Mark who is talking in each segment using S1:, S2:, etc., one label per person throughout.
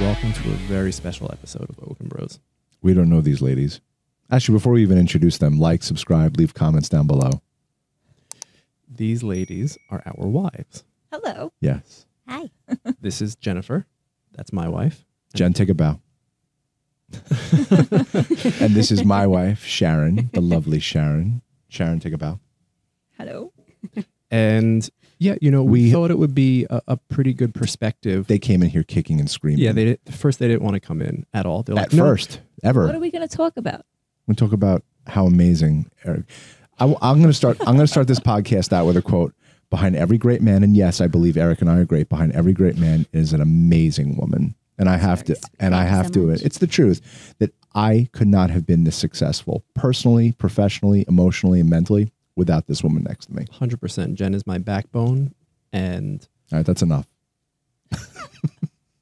S1: welcome to a very special episode of Oaken Bros.
S2: We don't know these ladies. Actually, before we even introduce them, like, subscribe, leave comments down below.
S1: These ladies are our wives.
S3: Hello.
S2: Yes.
S3: Hi.
S1: This is Jennifer. That's my wife.
S2: Jen, take a bow. and this is my wife, Sharon, the lovely Sharon. Sharon, take a bow.
S3: Hello.
S1: And yeah, you know, we,
S2: We-
S1: thought it would be a, a pretty good perspective.
S2: They came in here kicking and screaming.
S1: yeah, they did, first they didn't want to come in at all. They're
S2: At
S1: like, "No."
S2: first, ever.
S3: What are we going to talk about?
S2: we talk about how amazing Eric. I, am going to start. I'm going to start this podcast out with a quote. Behind every great man, and yes, I believe Eric and I are great. Behind every great man is an amazing woman, and I have to.
S3: very sweet.
S2: And I
S3: Thank you
S2: have
S3: so
S2: to.
S3: much.
S2: It's the truth that I could not have been this successful personally, professionally, emotionally, and mentally without this woman next to me.
S1: 100%. Jen is my backbone. And,
S2: All right, that's enough.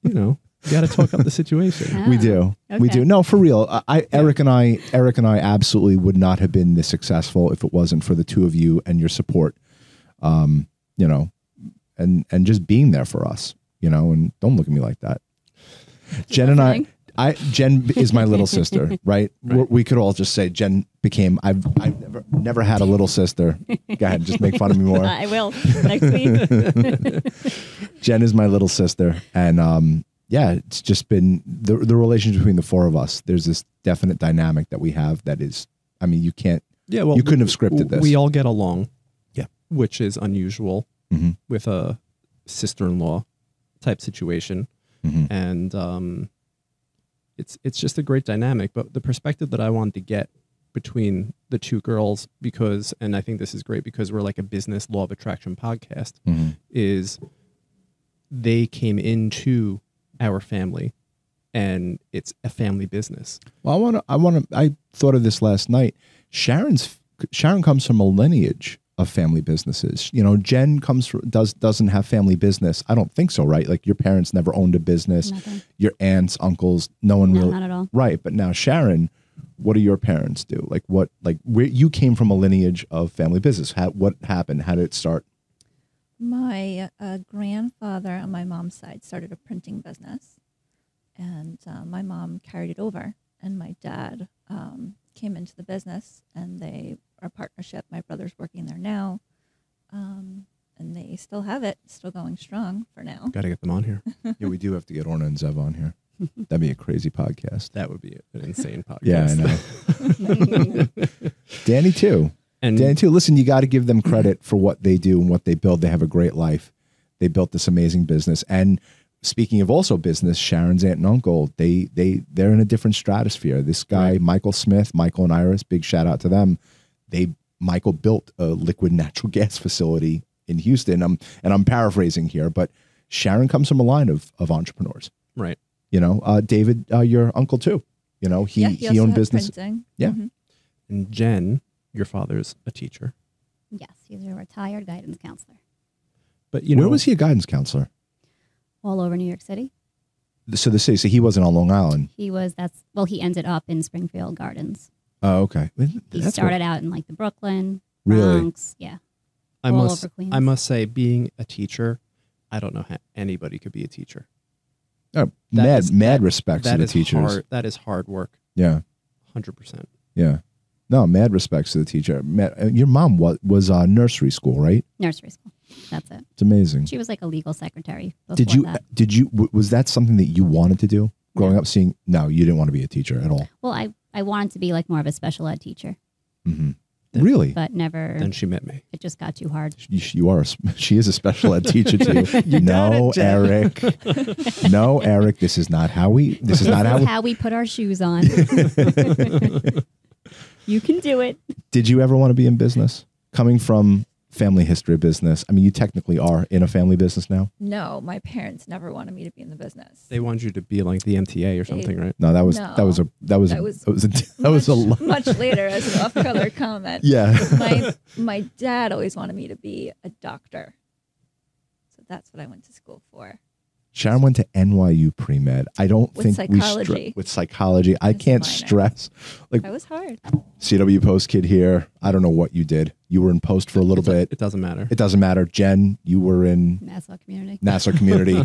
S1: you know, you got to talk up the situation.
S3: Ah.
S2: we do. We
S3: Oh, okay.
S2: do. No, for real. I, I Eric and I Eric and I absolutely would not have been this successful if it wasn't for the two of you and your support. Um, you know, and and just being there for us, you know, and don't look at me like that. Jen and I
S3: Nothing.
S2: I Jen b- is my little sister, right? We're- We could all just say Jen became I've I've never never had a little sister. Go ahead, just make fun of me more.
S3: I will next week.
S2: Jen is my little sister, and um, yeah, it's just been the the relationship between the four of us. There's this definite dynamic that we have that is, I mean, you can't.
S1: Yeah, well,
S2: You couldn't have scripted this.
S1: We all get along.
S2: Yeah.
S1: Which is unusual
S2: Mhm.
S1: with a sister in law type situation.
S2: Mhm.
S1: And um, it's it's just a great dynamic. But the perspective that I wanted to get between the two girls, because and I think this is great because we're like a business law of attraction podcast, is they came into our family and it's a family business.
S2: Well, I want to. I want to. I thought of this last night. Sharon's Sharon comes from a lineage of family businesses. You know, Jen comes from does doesn't have family business. I don't think so, right? Like your parents never owned a business.
S3: Nothing.
S2: Your aunts, uncles, no one
S3: No,
S2: really.
S3: not at all.
S2: Right, but now Sharon, what do your parents do? Like what like where you came from a lineage of family business. How, what happened? How did it start?
S4: My uh, grandfather on my mom's side started a printing business, and uh, my mom carried it over, and my dad um, came into the business, and they are a partnership. My brother's working there now, um, and they still have it, still going strong for now.
S1: Got to get them on here.
S2: yeah, we do have to get Orna and Zev on here. That'd be a crazy podcast.
S1: That would be an insane podcast.
S2: Yeah, I know. Danny too.
S1: And
S2: Danny too. Listen, you got to give them credit for what they do and what they build. They have a great life. They built this amazing business. And speaking of also business, Sharon's aunt and uncle, they they they're in a different stratosphere. This guy,
S1: Right.
S2: Michael Smith, Michael and Iris, big shout out to them. They Michael built a liquid natural gas facility in Houston. Um, and I'm paraphrasing here, but Sharon comes from a line of of entrepreneurs.
S1: Right.
S2: You know, uh, David, uh, your uncle too. You know, he
S4: yeah,
S2: he,
S4: also
S2: owned
S4: had
S2: business.
S4: Printing.
S2: Yeah.
S4: Mhm.
S1: And Jen, your father's a teacher.
S5: Yes, he's a retired guidance counselor.
S1: But you
S2: Where
S1: know,
S2: was he a guidance counselor?
S5: All over New York City.
S2: So the city. So he wasn't on Long Island.
S5: He was that's well, he ended up in Springfield Gardens.
S2: Oh, okay.
S5: He started um, out in like the Brooklyn,
S2: Really?
S5: Bronx, yeah.
S1: I
S5: all
S1: must,
S5: over Queens.
S1: I must say, being a teacher, I don't know how anybody could be a teacher.
S2: Oh,
S1: That
S2: mad,
S1: is-
S2: mad
S1: that-
S2: respects to
S1: That
S2: the
S1: is
S2: teachers.
S1: hard. That is hard work.
S2: Yeah,
S1: Hundred percent.
S2: yeah. No, mad respects to the teacher. Mad, uh, your mom was was uh, nursery school, right?
S5: Nursery school. That's it.
S2: It's amazing.
S5: She was like a legal secretary before
S2: Did you
S5: that.
S2: did you w- was that something that you wanted to do growing up? Seeing no, you didn't want to be a teacher at all.
S5: Well, I, I wanted to be like more of a special ed teacher,
S2: hmm Really,
S5: but never
S1: Then she met me.
S5: it just got too hard.
S2: you, you are. A, s- she is a special ed teacher too. no, Eric. no, Eric. This is not how we. This is not how.
S5: This
S2: We,
S5: is how we put our shoes on.
S3: You can do it.
S2: did you ever want to be in business? Coming from family history of business, I mean, you technically are in a family business now.
S4: No, my parents never wanted me to be in the business.
S1: They wanted you to be like the MTA or something, right?
S2: No, that was that
S4: No.
S2: was a that was a,
S4: That was
S2: that was a, that was a lot.
S4: much, much later as an off-color comment.
S2: Yeah.
S4: my my dad always wanted me to be a doctor. So that's what I went to school for.
S2: Sharon went to NYU pre med. I don't
S4: With
S2: think we
S4: psychology.
S2: with psychology. I
S4: As a
S2: can't
S4: minor.
S2: stress. Like
S4: That was hard.
S2: CW post kid here. I don't know what you did. You were in post for a little bit.
S1: It doesn't matter.
S2: It doesn't matter. Jen, you were in
S5: Nassau community.
S2: Nassau community.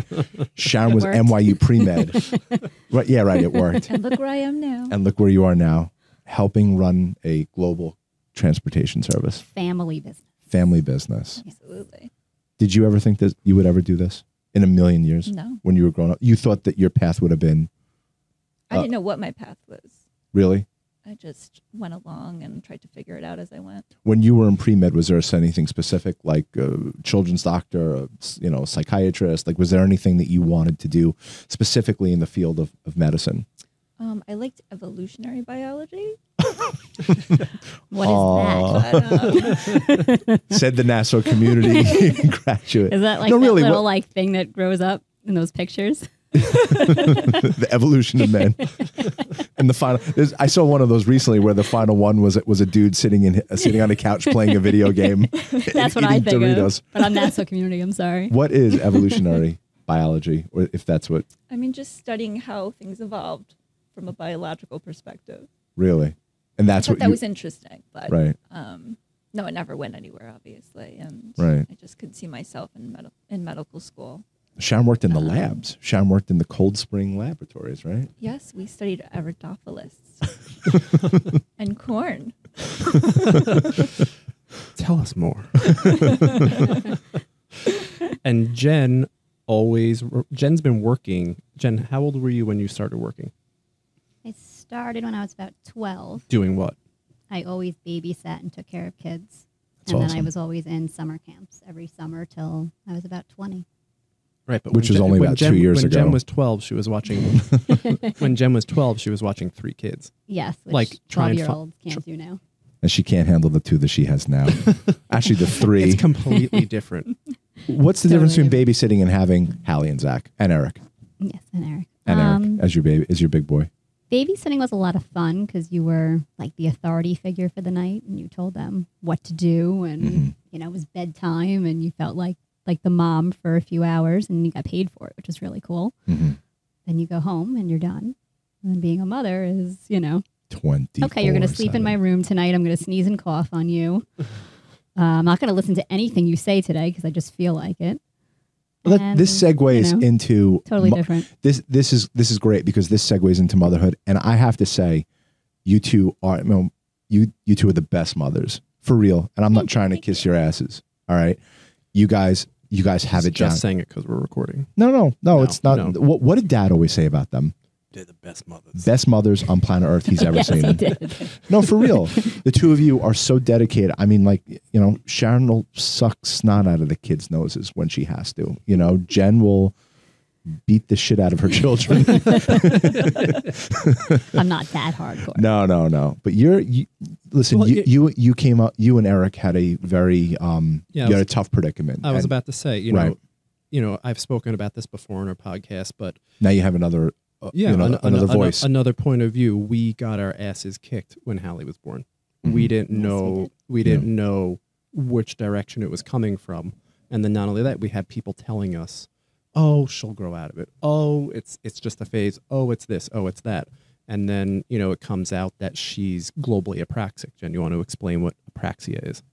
S2: Sharon was
S5: worked.
S2: NYU pre med. right. Yeah, right. It worked.
S4: and look where I am now.
S2: And look where you are now, helping run a global transportation service,
S5: Family business.
S2: family business.
S4: Absolutely.
S2: Did you ever think that you would ever do this in a million years
S4: No,
S2: when you were growing up? You thought that your path would have been
S4: I
S2: Uh,
S4: didn't know what my path was.
S2: really?
S4: I just went along and tried to figure it out as I went.
S2: When you were in pre med, was there anything specific like a children's doctor, a, s- you know, psychiatrist? Like, was there anything that you wanted to do specifically in the field of, of medicine?
S4: Um, I liked evolutionary biology.
S5: What is
S2: Aw.
S5: that?
S4: But, um,
S2: Said the Nassau community graduate.
S5: Is that like
S2: No,
S5: that
S2: really,
S5: little
S2: what-
S5: like thing that grows up in those pictures?
S2: the evolution of men. and the final, there's, I saw one of those recently where the final one was was a dude sitting in uh, sitting on a couch playing a video game.
S5: That's what I think of. But I'm Nassau community. I'm sorry.
S2: What is evolutionary biology, or if that's what
S4: I mean, just studying how things evolved from a biological perspective.
S2: really, and that's
S4: I
S2: what
S4: thought that
S2: you,
S4: was interesting, but
S2: right,
S4: um, no, it never went anywhere, obviously. And
S2: Right.
S4: I just could see myself in, med- in medical school.
S2: Sean worked
S5: Oh.
S2: in the labs. Sean worked in the Cold Spring laboratories, right?
S4: Yes, we studied Aristophanes and corn.
S1: Tell us more. and Jen always Jen's been working. Jen, how old were you when you started working?
S5: I started when I was about 12.
S1: Doing what?
S5: I always babysat and took care of kids.
S2: That's
S5: and then I
S2: awesome.
S5: was always in summer camps every summer till I was about 20.
S1: Right, but
S2: Which
S1: when
S2: was
S1: Jen-
S2: only
S1: when
S2: about
S1: Jen,
S2: two years
S1: when
S2: ago.
S1: Jen was twelve, she was watching. when Jen was twelve, she was watching three kids.
S5: Yes, which
S1: Like, try
S5: 12
S1: and
S5: year
S1: fi-
S5: olds can't do now.
S2: And she can't handle the two that she has now. Actually, the three.
S1: It's completely different.
S2: What's the difference
S5: Totally
S2: between babysitting and having Hallie and Zach and Eric
S5: Yes, and Eric.
S2: and
S5: Um,
S2: Eric as your baby as your big boy?
S5: babysitting was a lot of fun because you were like the authority figure for the night and you told them what to do and
S2: Mhm.
S5: you know it was bedtime and you felt like like the mom for a few hours and you got paid for it which was really cool
S2: Mhm.
S5: then you go home and you're done and then being a mother is you know
S2: Twenty.
S5: okay you're gonna sleep in my room tonight i'm gonna sneeze and cough on you uh, i'm not gonna listen to anything you say today because i just feel like it
S2: Well, that,
S5: And,
S2: this segues
S5: you know,
S2: into
S5: totally
S2: mo-
S5: different
S2: this this is this is great because this segues into motherhood and i have to say you two are no, you you two are the best mothers for real and i'm not trying to kiss your asses all right you guys you guys have it down
S1: Just saying it because we're recording.
S2: no no no
S1: No,
S2: it's not
S1: no.
S2: what, what did dad always say about them
S1: They're the best mothers.
S2: best mothers on planet earth he's ever
S5: yes
S2: seen
S5: he did
S2: no for real the two of you are so dedicated i mean like you know sharon will suck snot out of the kids noses when she has to you know jen will beat the shit out of her children
S5: i'm not that hardcore
S2: No, no, no. But you're you, listen.
S1: Well,
S2: you,
S1: y-
S2: you you came out. You and Eric had a very um.
S1: Yeah, I
S2: you had
S1: was-
S2: a tough predicament.
S1: I was
S2: and
S1: about to say, you
S2: Right.
S1: know, you know, I've spoken about this before in our podcast, but
S2: Now you have another. Uh,
S1: yeah,
S2: you know,
S1: an- an-
S2: another
S1: an-
S2: voice.
S1: another point of view. We got our asses kicked when Hallie was born. We didn't
S5: Yes, we
S1: know.
S5: did.
S1: we didn't know which direction it was coming from, and then not only that, we had people telling us, "Oh, she'll grow out of it. Oh, it's it's just a phase. Oh, it's this. Oh, it's that." And then you know it comes out that she's globally apraxic. Jen, you want to explain what apraxia is?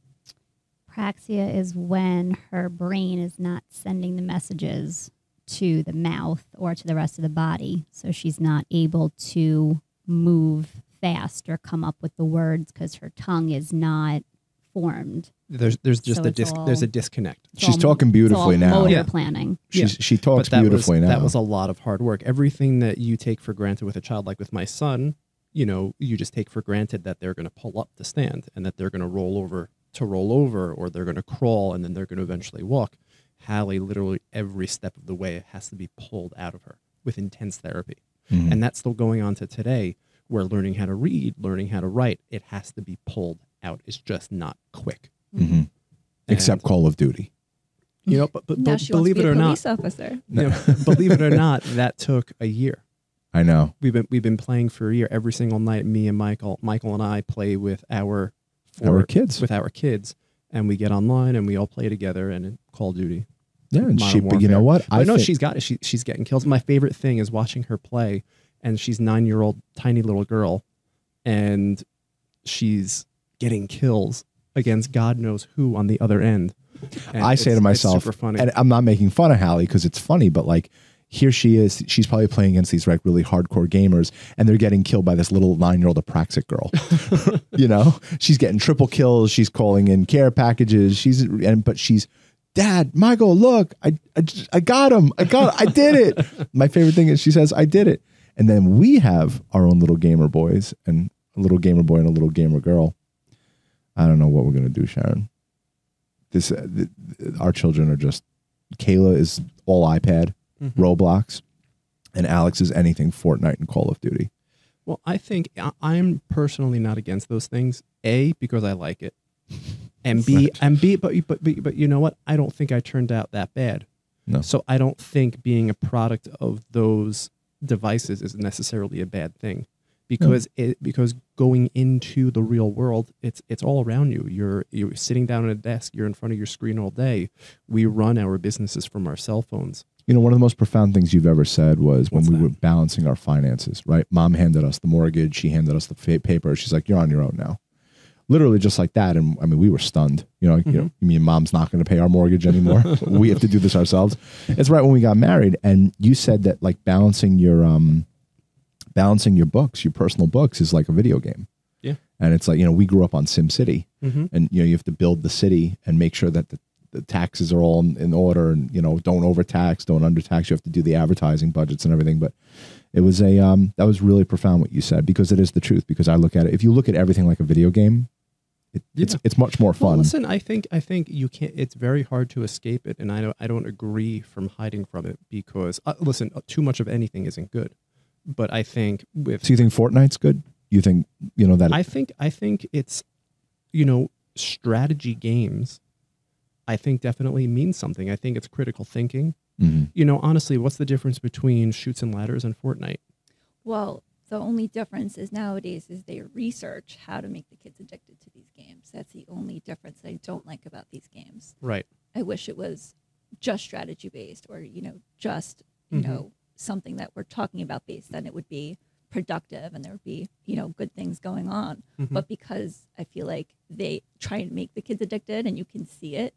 S5: Praxia is when her brain is not sending the messages to the mouth or to the rest of the body. So she's not able to move fast or come up with the words because her tongue is not formed.
S1: There's there's just
S5: So
S1: a
S5: it's
S1: dis-
S5: all-
S1: there's a disconnect.
S5: It's
S2: She's
S5: all-
S2: talking beautifully
S5: it's all
S2: now.
S5: Motor
S1: Yeah.
S5: planning.
S2: She's, she talks
S1: that
S2: Oh, beautifully
S1: was,
S2: now.
S1: That was a lot of hard work. Everything that you take for granted with a child, like with my son, you know, you just take for granted that they're going to pull up to stand and that they're going to roll over to roll over or they're going to crawl and then they're going to eventually walk. Hallie, literally every step of the way has to be pulled out of her with intense therapy.
S2: Mhm.
S1: And that's still going on to today where learning how to read, learning how to write, it has to be pulled out. It's just not quick.
S2: Mhm. Except
S1: And,
S2: Call of Duty.
S1: you know, but, but
S4: now
S1: but
S4: she
S1: believe
S4: wants
S1: it
S4: to be
S1: or
S4: a
S1: not,
S4: police officer.
S1: you know, believe it or not, that took a year.
S2: I know.
S1: We've been we've been playing for a year every single night. Me and Michael, Michael and I play with our four,
S2: Our kids.
S1: with our kids, and we get online and we all play together and it- Call of Duty.
S2: yeah, and
S1: Modern
S2: she. But you
S1: Warfare.
S2: know what?
S1: But I know
S2: think-
S1: she's got it. She, she's getting kills. My favorite thing is watching her play, and she's nine year old tiny little girl, and she's getting kills against God knows who on the other end. And
S2: I say
S1: it's-
S2: to
S1: it's
S2: myself,
S1: super funny.
S2: and I'm not making fun of Hallie because it's funny, but like here she is, she's probably playing against these like really hardcore gamers, and they're getting killed by this little nine year old apraxic girl. you know, she's getting triple kills. She's calling in care packages. She's and but she's. Dad, Michael, look, I, I, j- I got him. I got, I did it. My favorite thing is she says, I did it. And then we have our own little gamer boys and a little gamer boy and a little gamer girl. I don't know what we're going to do, Sharon this uh, th- th- our children are just Kayla is all iPad,
S1: Mhm.
S2: Roblox, and Alex is anything Fortnite and Call of Duty.
S1: Well, I think I- I'm personally not against those things. A because I like it, and B and B. But but but, but you know what? I don't think I turned out that bad.
S2: No.
S1: So I don't think being a product of those devices is necessarily a bad thing, because it because going into the real world, it's it's all around you. You're you're sitting down at a desk. You're in front of your screen all day. We run our businesses from our cell phones.
S2: You know, one of the most profound things you've ever said was when
S1: What's
S2: we
S1: that?
S2: were balancing our finances, right? Mom handed us the mortgage, she handed us the fa- paper. She's like, "You're on your own now." Literally just like that and I mean, we were stunned. You know, you know,
S1: Mm-hmm.
S2: you mean mom's not going to pay our mortgage anymore. we have to do this ourselves. It's right when we got married and you said that like balancing your um balancing your books, your personal books is like a video game.
S1: Yeah.
S2: And it's like, you know, we grew up on Sim City
S1: Mm-hmm.
S2: and you know you have to build the city and make sure that the, the taxes are all in, in order and you know don't overtax don't undertax you have to do the advertising budgets and everything but it was a um, that was really profound what you said because it is the truth because i look at it if you look at everything like a video game it, it's
S1: Yeah.
S2: it's much more fun
S1: Well, listen, I think I think you can't. It's very hard to escape it, and I don't. I don't agree from hiding from it because uh, listen, too much of anything isn't good. But I think with
S2: so you think fortnite's good you think you know that
S1: I think I think it's you know strategy games. I think definitely means something. I think it's critical thinking.
S2: Mhm.
S1: You know, honestly, what's the difference between shoots and ladders and Fortnite?
S4: Well, the only difference is nowadays is they research how to make the kids addicted to these games. That's the only difference that I don't like about these games.
S1: Right.
S4: I wish it was just strategy based or, you know, just, you
S1: Mhm.
S4: know, something that we're talking about based, then it would be productive and there would be, you know, good things going on.
S1: Mhm.
S4: But because I feel like they try and make the kids addicted and you can see it,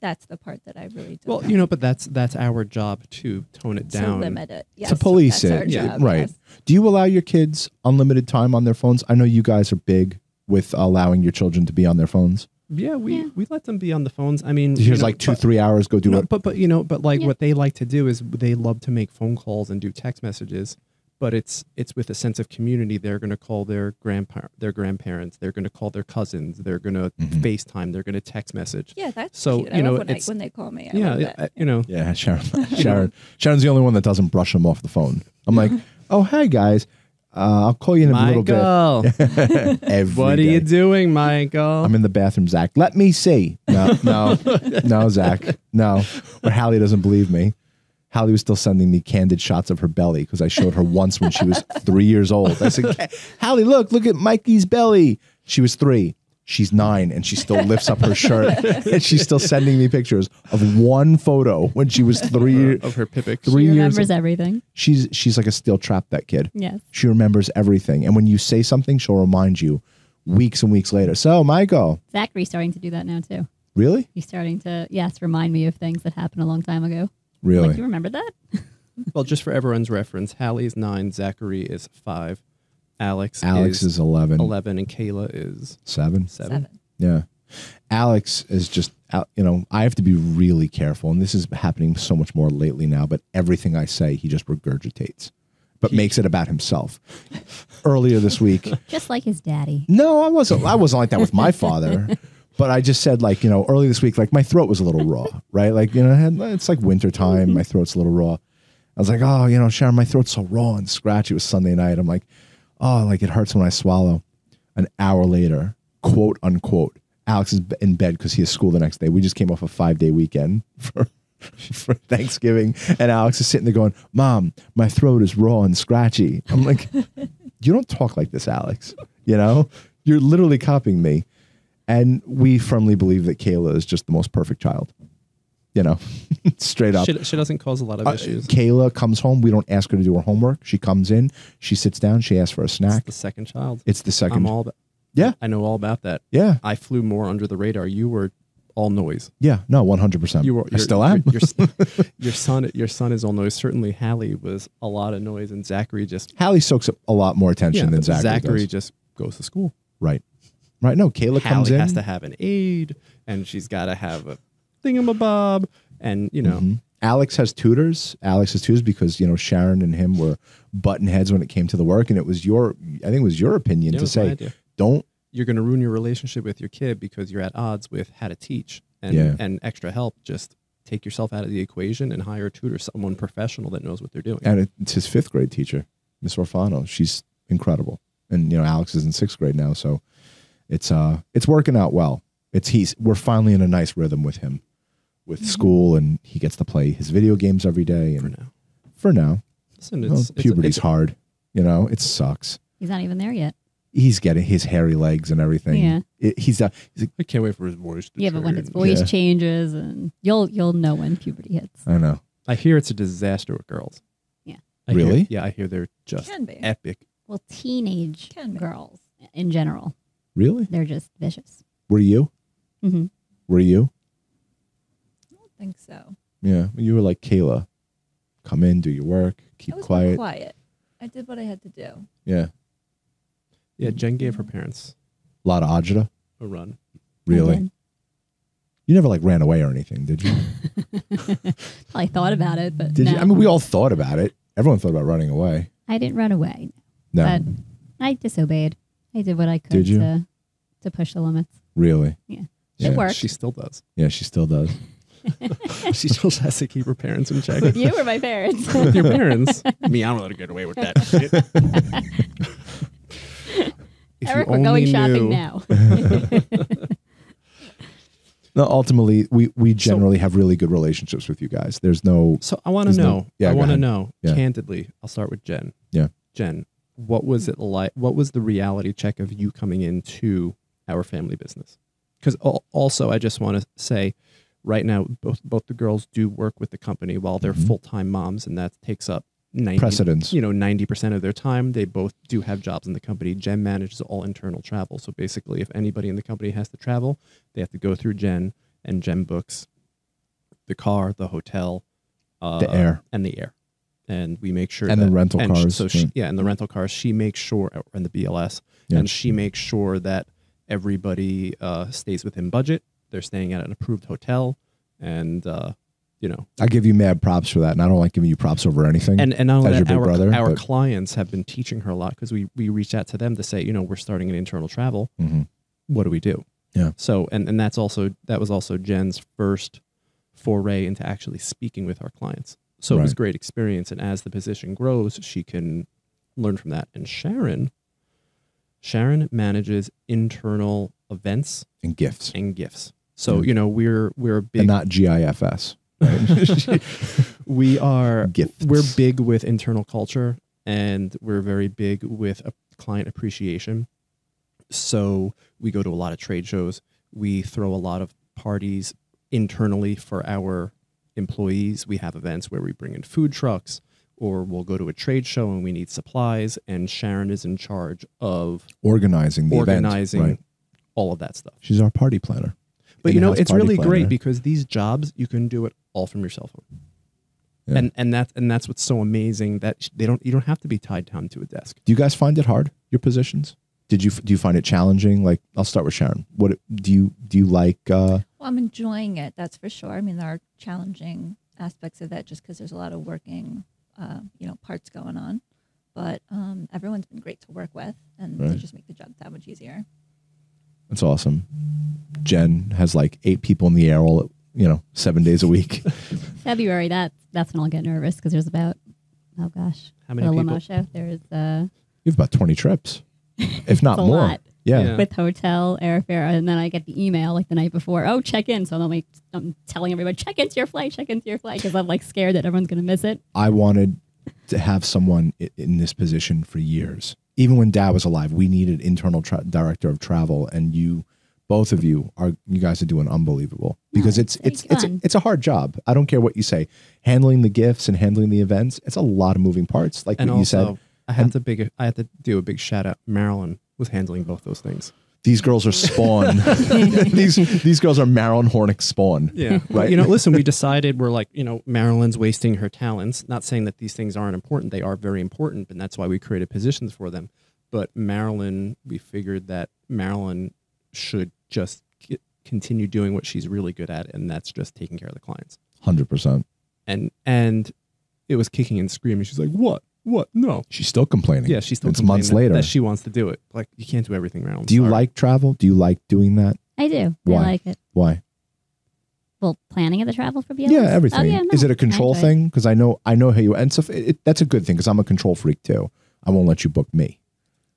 S4: that's the part that I really don't
S1: Well,
S4: like.
S1: you know, but that's that's our job to tone it down.
S4: to limit it. Yes,
S2: to police
S4: that's our
S2: it
S1: yeah,
S4: job,
S2: right
S4: yes.
S2: do you allow your kids unlimited time on their phones i know you guys are big with allowing your children to be on their phones
S1: Yeah, we
S5: Yeah.
S1: we let them be on the phones. I mean, you
S2: here's
S1: know,
S2: like two
S1: but-
S2: three hours go do
S1: No,
S2: it
S1: but but you know, but like
S5: Yeah.
S1: what they like to do is they love to make phone calls and do text messages, but it's it's with a sense of community. They're going to call their grandpa their grandparents. They're going to call their cousins. They're going to
S2: Mhm.
S1: FaceTime. They're going to text message.
S4: Yeah, that's
S1: So,
S4: cute. I
S1: you
S4: love
S1: know,
S4: when, I,
S1: it's-
S4: when they call me. I
S1: Yeah,
S4: love
S1: yeah,
S4: that.
S1: I- you know,
S2: Yeah, Sharon. Sharon. Sharon's the only one that doesn't brush him off the phone. I'm like, oh hi guys, uh, I'll call you in a little bit.
S1: Michael,
S2: Every
S1: what are you
S2: day.
S1: doing, Michael?
S2: I'm in the bathroom, Zach. Let me see. No, no, no, Zach. No. Or Hallie doesn't believe me. Hallie was still sending me candid shots of her belly because I showed her once when she was three years old. I said, "Ca- Hallie, look, look at Mikey's belly. She was three. She's nine and she still lifts up her shirt and she's still sending me pictures of one photo when she was three
S1: of her pipic.
S5: She
S2: three years
S5: remembers everything.
S2: she's she's like a steel trap that kid
S5: Yes.
S2: she remembers everything and when you say something she'll remind you weeks and weeks later so michael
S5: Zachary's starting to do that now too.
S2: really
S5: He's starting to, yes, remind me of things that happened a long time ago.
S2: really
S5: Like, you remember that?
S1: Well, just for everyone's reference, Hallie is nine, Zachary is five, Alex,
S2: alex is, 11,
S1: eleven, and Kayla is
S2: 7
S1: seven.
S2: yeah alex is just out you know i have to be really careful and this is happening so much more lately now but everything i say he just regurgitates but makes it about himself earlier this week
S5: Just like his daddy.
S2: No, I wasn't. I wasn't like that with my father. But I just said like you know early this week like my throat was a little raw, right? Like you know I had- it's like winter time, my throat's a little raw. I was like, oh, you know, Sharon, my throat's so raw and scratchy. It was Sunday night. I'm like, oh, like it hurts when I swallow. An hour later, quote unquote, Alex is in bed because he has school the next day. We just came off a five day weekend for for Thanksgiving, and Alex is sitting there going, "Mom, my throat is raw and scratchy." I'm like, you don't talk like this, Alex. You know, you're literally copying me. And we firmly believe that Kayla is just the most perfect child. You know, straight up.
S1: She, she doesn't cause a lot of
S2: Uh,
S1: issues.
S2: Kayla comes home. We don't ask her to do her homework. She comes in. She sits down. She asks for a
S1: It's
S2: snack.
S1: the second child.
S2: It's the
S1: I'm
S2: second.
S1: all about,
S2: Yeah.
S1: I know all about that.
S2: Yeah.
S1: I flew more under the radar. You were all noise.
S2: Yeah. No, 100%.
S1: You were.
S2: I
S1: your-
S2: still am.
S1: Your, your, your son. Your son is all noise. Certainly, Hallie was a lot of noise, and Zachary just
S2: Hallie soaks up a lot more attention
S1: yeah,
S2: than
S1: but
S2: Zachary.
S1: Zachary
S2: does.
S1: just goes to school.
S2: Right. No, Kayla
S1: Hallie
S2: comes in.
S1: has to have an aide, and she's got to have a thingamabob, and you know,
S2: Mhm. Alex has tutors. Alex has tutors because you know Sharon and him were button heads when it came to the work, and it was your I think it was your
S1: you
S2: opinion
S1: know,
S2: to
S1: it's my
S2: say
S1: idea.
S2: don't.
S1: you're going to ruin your relationship with your kid because you're at odds with how to teach and
S2: Yeah.
S1: and extra help. Just take yourself out of the equation and hire a tutor, someone professional that knows what they're doing.
S2: And it's his fifth grade teacher, Miss Orfano. She's incredible, and you know Alex is in sixth grade now, so it's uh it's working out well. It's he's we're finally in a nice rhythm with him, with school, and he gets to play his video games every day.
S1: for
S2: And
S1: now,
S2: for now,
S1: listen,
S2: well,
S1: it's, it's-
S2: puberty's
S1: it's-
S2: hard. You know, it sucks.
S5: He's not even there yet.
S2: He's getting his hairy legs and everything.
S5: Yeah.
S2: It- he's uh, a he's a
S1: I can't wait for his voice. To
S5: Yeah, but when
S1: turn.
S5: his voice
S2: Yeah.
S5: changes, and you'll you'll know when puberty hits.
S2: I know.
S1: I hear it's a disaster with girls.
S5: Yeah.
S1: I hear-
S2: Really?
S1: yeah, I hear they're just
S4: Can be.
S1: epic.
S5: Well, teenage
S4: Can be.
S5: girls in general,
S2: Really?
S5: they're just vicious.
S2: Were you?
S5: Mhm.
S2: Were you?
S4: I think so.
S2: Yeah. You were like Kayla. Come in, do your work, keep
S4: I was
S2: quiet.
S4: quiet. I did what I had to do.
S2: Yeah.
S1: Yeah, Jen gave her
S5: Mm-hmm.
S1: parents
S2: A lot of agita.
S1: a run.
S2: Really?
S5: And
S2: You never like ran away or anything, did you?
S5: Probably thought about it, but
S2: Did
S5: no.
S2: you? I mean, we all thought about it. Everyone thought about running away.
S5: I didn't run away,
S2: No,
S5: but I disobeyed. I did what I could
S2: Did you?
S5: to to push the limits.
S2: really.
S5: Yeah.
S2: Yeah.
S5: It worked.
S1: She still does.
S2: Yeah, she still does.
S1: she still has to keep her parents in check.
S3: With you or my parents?
S1: With your parents, me, I don't let her get away with that shit. If you
S5: Eric, we're
S1: only
S5: going
S1: knew-
S5: shopping now.
S2: No, ultimately, we we generally have really good relationships with you guys. There's no
S1: So I want to
S2: There's no-
S1: know.
S2: yeah,
S1: I
S2: go
S1: want to
S2: ahead.
S1: know
S2: Yeah.
S1: candidly. I'll start with Jen.
S2: Yeah.
S1: Jen, what was it like? What was the reality check of you coming into our family business? Because also, I just want to say, right now, both both the girls do work with the company while they're
S2: Mhm.
S1: full time moms, and that takes up ninety
S2: precedence.
S1: you know 90% of their time they both do have jobs in the company jen manages all internal travel so basically if anybody in the company has to travel they have to go through jen and jen books the car the hotel uh,
S2: The air.
S1: and the air and we make sure
S2: And
S1: that,
S2: the rental
S1: and sh-
S2: cars,
S1: so she,
S2: right.
S1: yeah and the rental cars she makes sure oh, and the bls
S2: Yeah.
S1: and she makes sure that everybody uh, stays within budget they're staying at an approved hotel and uh, you know
S2: I give you mad props for that, and I don't like giving you props over anything.
S1: and and not only
S2: as
S1: that,
S2: your big
S1: our,
S2: brother,
S1: our
S2: but-
S1: clients have been teaching her a lot because we we reached out to them to say, you know, we're starting an internal travel.
S2: Mhm.
S1: What do we do?
S2: Yeah.
S1: So and and that's also that was also Jen's first foray into actually speaking with our clients. So it was
S2: Right.
S1: great experience, and as the position grows, she can learn from that. And Sharon, Sharon manages internal events
S2: and gifts,
S1: and gifts. So
S2: Yeah.
S1: you know we're we're a
S2: and
S1: big
S2: not GIFs.
S1: we are
S2: Gifts.
S1: we're big with internal culture and we're very big with a client appreciation. So we go to a lot of trade shows. We throw a lot of parties internally for our employees. We have events where we bring in food trucks or we'll go to a trade show and we need supplies and Sharon is in charge of
S2: organizing the
S1: organizing
S2: event. Right.
S1: all of that stuff.
S2: She's our party planner.
S1: But you know,
S2: In-house
S1: it's
S2: party
S1: really
S2: planner.
S1: great because these jobs you can do it all from your cell phone.
S2: Yeah.
S1: And and that's and that's what's so amazing that sh- they don't you don't have to be tied down to a desk.
S2: Do you guys find it hard? Your positions? Did you do you find it challenging? Like, I'll start with Sharon. What do you do you like? Uh,
S4: Well, I'm enjoying it. That's for sure. I mean, there are challenging aspects of that just because there's a lot of working, uh, you know, parts going on. But um, everyone's been great to work with, and they
S2: Right.
S4: just make the job that much easier.
S2: that's awesome. Jen has like eight people in the air all at, you know seven days a week.
S5: February, that that's when I'll get nervous because there's about oh gosh,
S1: How
S5: for
S1: many
S5: the
S1: people?
S5: limo show. There's uh,
S2: you have about twenty trips, if not
S5: a
S2: more.
S5: lot.
S2: Yeah.
S1: Yeah.
S5: with hotel airfare, and then I get the email like the night before. Oh, check in. So I'm like, I'm telling everybody, check into your flight, check into your flight, because I'm like scared that everyone's gonna miss it.
S2: I wanted to have someone i- in this position for years. Even when Dad was alive, we needed internal tra- director of travel, and you, both of you, are you guys are doing unbelievable because it's
S5: thank
S2: it's it's a,
S5: you.
S2: it's a hard job. I don't care what you say, handling the gifts and handling the events, it's a lot of moving parts. Like
S1: And
S2: what you said,
S1: also I have to big I have to do a big shout out. Marilyn was handling both those things.
S2: These girls are spawn. these these girls are Marilyn Hornick spawn.
S1: Yeah.
S2: Right.
S1: You know, listen, we decided we're like, you know, Marilyn's wasting her talents. Not saying that these things aren't important. They are very important, and that's why we created positions for them. But Marilyn, we figured that Marilyn should just c- continue doing what she's really good at, and that's just taking care of the clients.
S2: Hundred percent.
S1: And and it was kicking and screaming. She's like, "What? What? No."
S2: She's still complaining.
S1: Yeah, she's still
S2: It's months
S1: complaining that-
S2: later.
S1: that she wants to do it. Like, you can't do everything, Marilyn.
S2: Do you
S1: Sorry.
S2: like travel? Do you like doing that?
S5: I do.
S2: Why?
S5: I like it.
S2: Why?
S5: Well, planning of the travel for BLS.
S2: Yeah, everything.
S5: Oh, yeah, no,
S2: Is it a control
S5: I do it.
S2: thing? Because I know I know how you and so it, it, that's a good thing because I'm a control freak too. I won't let you book me.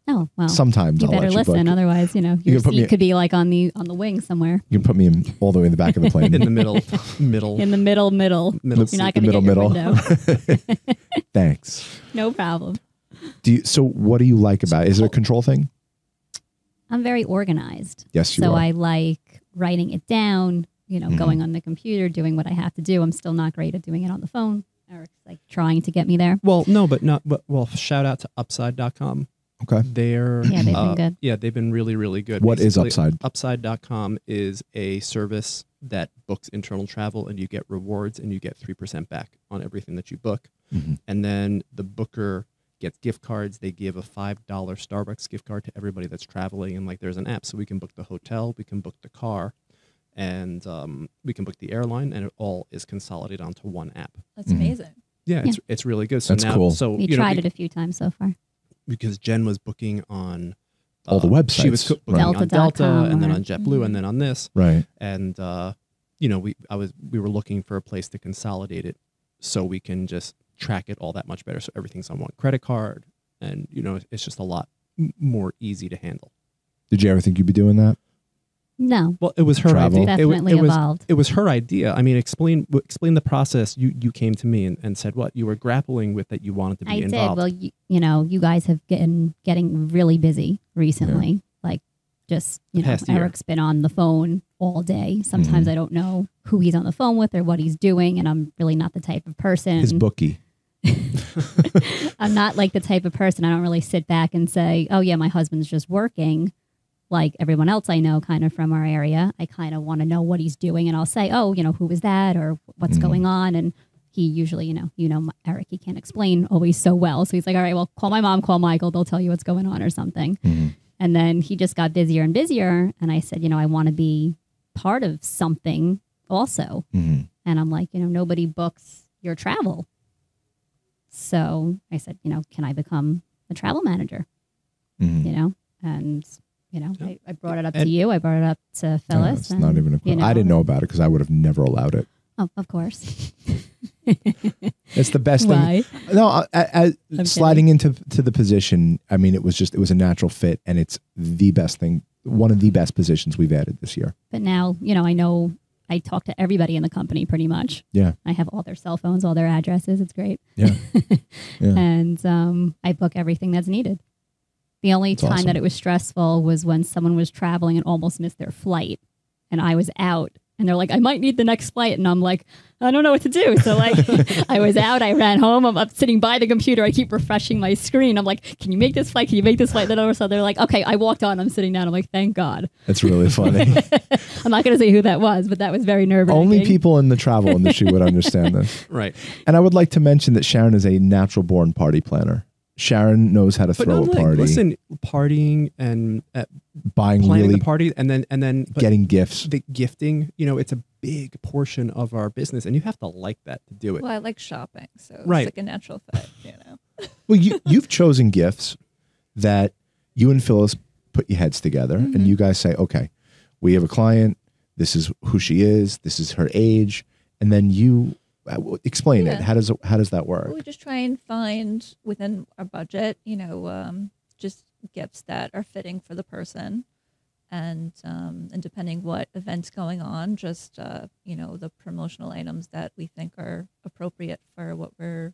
S5: Oh well,
S2: Sometimes
S5: you
S2: I'll
S5: better
S2: let you book.
S5: listen. Otherwise, you know,
S2: You
S5: your
S2: can put me-
S5: seat could be like on the on the wing somewhere
S2: You can put me in all the way in the back of the plane.
S1: in the middle, middle,
S5: in the middle, middle.
S1: middle?
S5: You're
S1: seat.
S5: not going to
S2: the
S5: get your
S2: middle, middle.
S5: window.
S2: Thanks.
S5: no problem.
S2: Do you, so what do you like about it? Is it a control thing?
S5: I'm very organized.
S2: Yes, you
S5: so
S2: are.
S5: I like writing it down, you know,
S2: Mhm.
S1: Mm-hmm.
S5: going on the computer, doing what I have to do. I'm still not great at doing it on the phone. Eric's like trying to get me there.
S1: Well, no, but not. But well, shout out to Upside.com.
S2: Okay.
S1: They're
S5: Yeah, they've
S1: uh,
S5: been good.
S1: Yeah, they've been really, really good.
S2: What is
S1: Basically,
S2: upside?
S1: Upside.com is a service that books internal travel and you get rewards and you get 3% back on everything that you book.
S2: Mhm.
S1: And then the booker gets gift cards. They give a $5 Starbucks gift card to everybody that's traveling. And like there's an app so we can book the hotel, we can book the car, and um, we can book the airline, and it all is consolidated onto one app.
S4: That's
S2: Mhm.
S4: amazing.
S1: Yeah, it's, it's really good. So
S2: That's
S1: now,
S2: cool.
S1: so
S5: We
S1: you know,
S5: tried
S1: be-
S5: it a few times so far.
S1: because Jen was booking on uh,
S2: All the
S1: She was
S2: websites,
S1: co-
S2: right.
S1: booking on Delta,
S5: Delta.com
S1: and then
S5: or-
S1: on JetBlue,
S5: Mm-hmm.
S1: and then on this,
S2: Right.
S1: and uh, you know, we I was we were looking for a place to consolidate it so we can just track it all that much better. So everything's on one credit card, and you know, it's just a lot m- more easy to handle.
S2: Did you ever think you'd be doing that?
S5: Mm-hmm. No,
S1: Well, it was her
S2: Travel.
S1: idea. It wa-
S5: definitely
S1: it was
S5: evolved.
S1: it was her idea. I mean, explain w- explain the process. You you came to me and, and said what you were grappling with that you wanted to be
S5: I
S1: involved.
S5: did. Well, you, you know, you guys have been getting really busy recently. Like, just you know,
S1: Past year. Mm-hmm.
S5: Eric's been on the phone all day. Sometimes I don't know who he's on the phone with or what he's doing, and I'm really not the type of person.
S2: His bookie.
S5: I'm not like the type of person. I don't really sit back and say, "Oh yeah, my husband's just working," like everyone else I know, kind of from our area. I kind of want to know what he's doing, and I'll say, "Oh, you know, who was that?" or "What's
S2: Mhm.
S5: going on?" And he usually, you know, you know, my- Eric, he can't explain always so well, so he's like, "All right, well, call my mom, call Michael. They'll tell you what's going on or something."
S2: Mhm.
S5: And then he just got busier and busier, and I said, "You know, I want to be part of something also."
S2: Mhm.
S5: And I'm like, you know, nobody books your travel. So I said, you know, can I become a travel manager?
S2: Mhm.
S5: You know, and you know, I, I brought it up to
S1: And-
S5: you. I brought it up to
S2: No,
S5: Phyllis.
S2: it's not
S5: and,
S2: even a
S5: you
S2: I didn't know about it because I would have never allowed it.
S5: Oh, of course.
S2: It's the best thing.
S5: Why?
S2: No, I, I, I,
S5: I'm
S2: sliding into to the position. I mean, it was just it was a natural fit, and it's the best thing. One of the best positions we've added this year.
S5: But now, you know, I know I talk to everybody in the company pretty much.
S2: Yeah.
S5: I have all their cell phones, all their addresses. It's great.
S2: Yeah. Yeah.
S5: And um, I book everything that's needed. The only
S2: That's
S5: time
S2: awesome.
S5: that it was stressful was when someone was traveling and almost missed their flight and I was out. And they're like, I might need the next flight. And I'm like, I don't know what to do. So, like, I was out. I ran home. I'm up sitting by the computer. I keep refreshing my screen. I'm like, can you make this flight? Can you make this flight? Then all of a sudden, they're like, okay, I walked on. I'm sitting down. I'm like, thank God.
S2: That's really funny.
S5: I'm not going to say who that was, but that was very nerve wracking.
S2: Only people in the travel industry would understand this.
S1: right.
S2: And I would like to mention that Sharon is a natural born party planner. Sharon knows how to
S1: But
S2: throw
S1: not
S2: a
S1: like,
S2: party,
S1: listen, partying and uh,
S2: buying
S1: planning
S2: really
S1: the party and then and then but
S2: getting gifts.
S1: the gifting you know it's a big portion of our business and you have to like that to do it
S4: Well, I like shopping, so
S1: Right.
S4: it's like a natural fit, you know.
S2: Well, you you've chosen gifts that you and Phyllis put your heads together,
S4: Mm-hmm.
S2: and you guys say, okay, we have a client. This is who she is. This is her age, and then you uh, w- explain it.
S4: Yeah.
S2: How does it- how does that
S4: But we
S2: work?
S4: just try and find within our budget, you know, um, just gifts that are fitting for the person, and um, and depending what events going on, just uh, you know the promotional items that we think are appropriate for what we're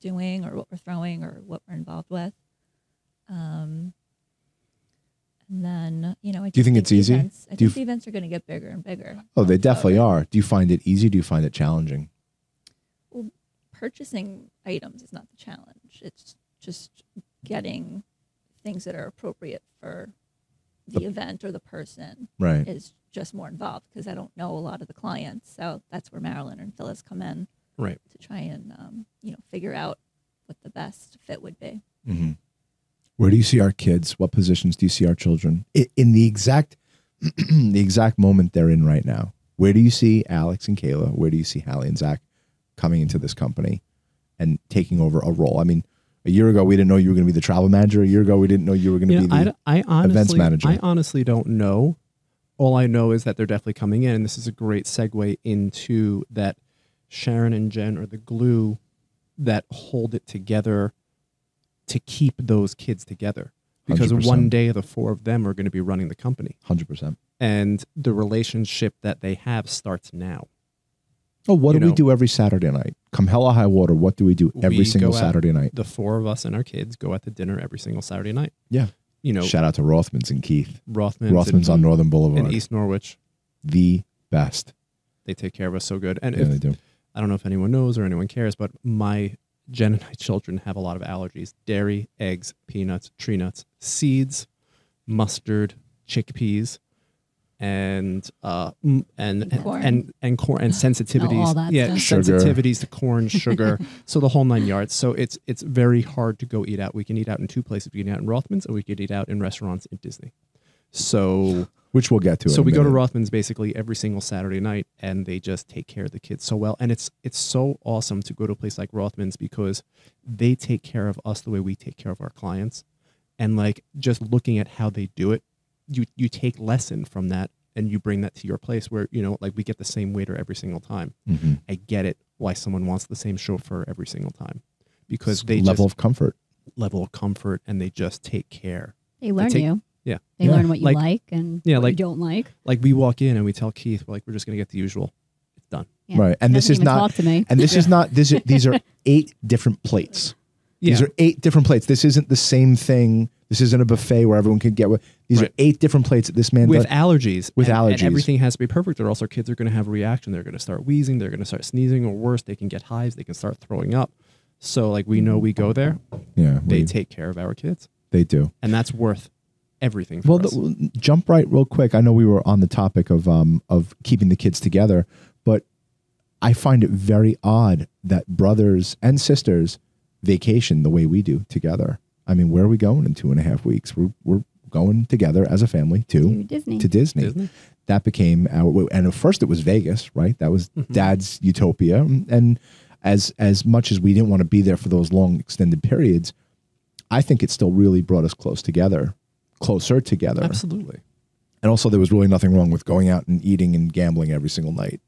S4: doing or what we're throwing or what we're involved with. Um, and then you know, I
S2: Do you
S4: just
S2: think it's
S4: the
S2: easy?
S4: events- I
S2: Do you
S4: think
S2: f-
S4: the events are going to get bigger and bigger.
S2: Oh, they
S4: going
S2: definitely
S4: forward.
S2: are. Do you find it easy? Do you find it challenging?
S4: purchasing items is not the challenge. It's just getting things that are appropriate for the event or the person
S2: Right.
S4: is just more involved because I don't know a lot of the clients. So that's where Marilyn and Phyllis come in
S1: Right.
S4: to try and um, you know figure out what the best fit would be.
S2: Mm-hmm. Where do you see our kids? What positions do you see our children I- in the exact the exact moment they're in right now? Where do you see Alex and Kayla? Where do you see Hallie and Zach coming into this company and taking over a role? I mean, a year ago we didn't know you were going to be the travel manager. A year ago we didn't know you were going to
S1: You
S2: be
S1: know,
S2: the.
S1: I, d- I honestly,
S2: manager.
S1: I honestly don't know. All I know is that they're definitely coming in, and this is a great segue into that Sharon and Jen are the glue that hold it together to keep those kids together. Because
S2: 100%.
S1: one day the four of them are going to be running the company,
S2: Hundred percent.
S1: and the relationship that they have starts now.
S2: Oh, what
S1: You
S2: do we
S1: know-
S2: do every Saturday night? Come hell or high water, what do we do every
S1: We
S2: single
S1: go out-
S2: Saturday night?
S1: The four of us and our kids go out to dinner every single Saturday night.
S2: Yeah.
S1: you know
S2: Shout out to Rothman's and Keith.
S1: Rothman's,
S2: Rothman's
S1: in,
S2: on Northern Boulevard,
S1: in East Norwich.
S2: the best.
S1: They take care of us so good, and
S2: Yeah,
S1: if
S2: they do.
S1: I don't know if anyone knows or anyone cares, but my Jen and I children have a lot of allergies dairy, eggs, peanuts, tree nuts, seeds, mustard, chickpeas, and uh, mm, and
S4: And
S1: and
S4: corn.
S1: and, and corn and sensitivities.
S5: all that
S1: yeah,
S5: stuff.
S2: Sugar.
S1: sensitivities to corn, sugar. so the whole nine yards. So it's it's very hard to go eat out. We can eat out in two places. We can eat out in Rothman's and we could eat out in restaurants in Disney. So
S2: Which we'll get to.
S1: so
S2: in a
S1: we go to
S2: minute.
S1: Rothman's basically every single Saturday night, and they just take care of the kids so well. And it's it's so awesome to go to a place like Rothman's because they take care of us the way we take care of our clients, and like just looking at how they do it, you you take lesson from that and you bring that to your place where you know like we get the same waiter every single time.
S2: Mhm.
S1: I get it why someone wants the same chauffeur every single time because they
S2: level
S1: level
S2: of comfort.
S1: level of comfort and they just take care.
S5: They learn
S1: take-
S5: you.
S1: yeah.
S5: They
S2: Yeah.
S5: learn what you
S1: Like-
S5: like, and
S1: Yeah,
S5: what
S1: like-
S5: you don't like.
S1: Like we walk in and we tell Keith we're like we're just gonna get the usual. It's done.
S5: Yeah.
S2: Right. And this
S5: Doesn't
S2: is
S5: even
S2: not
S5: talk to me.
S2: and this is not this is, these are eight different plates. These are eight different plates. This isn't the same thing. This isn't a buffet where everyone can get what these are
S1: Right.
S2: eight different plates that this man
S1: with
S2: does.
S1: allergies.
S2: With
S1: and, and
S2: allergies.
S1: everything has to be perfect, or else our kids are going to have a reaction. They're going to start wheezing. They're going to start sneezing, or worse, they can get hives. They can start throwing up. So, like, we know we go there.
S2: Yeah,
S1: They
S2: we-
S1: take care of our kids,
S2: they do.
S1: and that's worth everything. For
S2: Well,
S1: us.
S2: the, jump right real quick. I know we were on the topic of um of keeping the kids together, but I find it very odd that brothers and sisters vacation the way we do together. I mean, where are we going in two and a half weeks? We're we're going together as a family
S5: To
S2: to
S5: Disney.
S2: to Disney.
S1: Disney.
S2: That became our and at first it was Vegas, right? That was Dad's utopia, and as as much as we didn't want to be there for those long extended periods, I think it still really brought us close together, closer together.
S1: absolutely.
S2: And also, there was really nothing wrong with going out and eating and gambling every single night.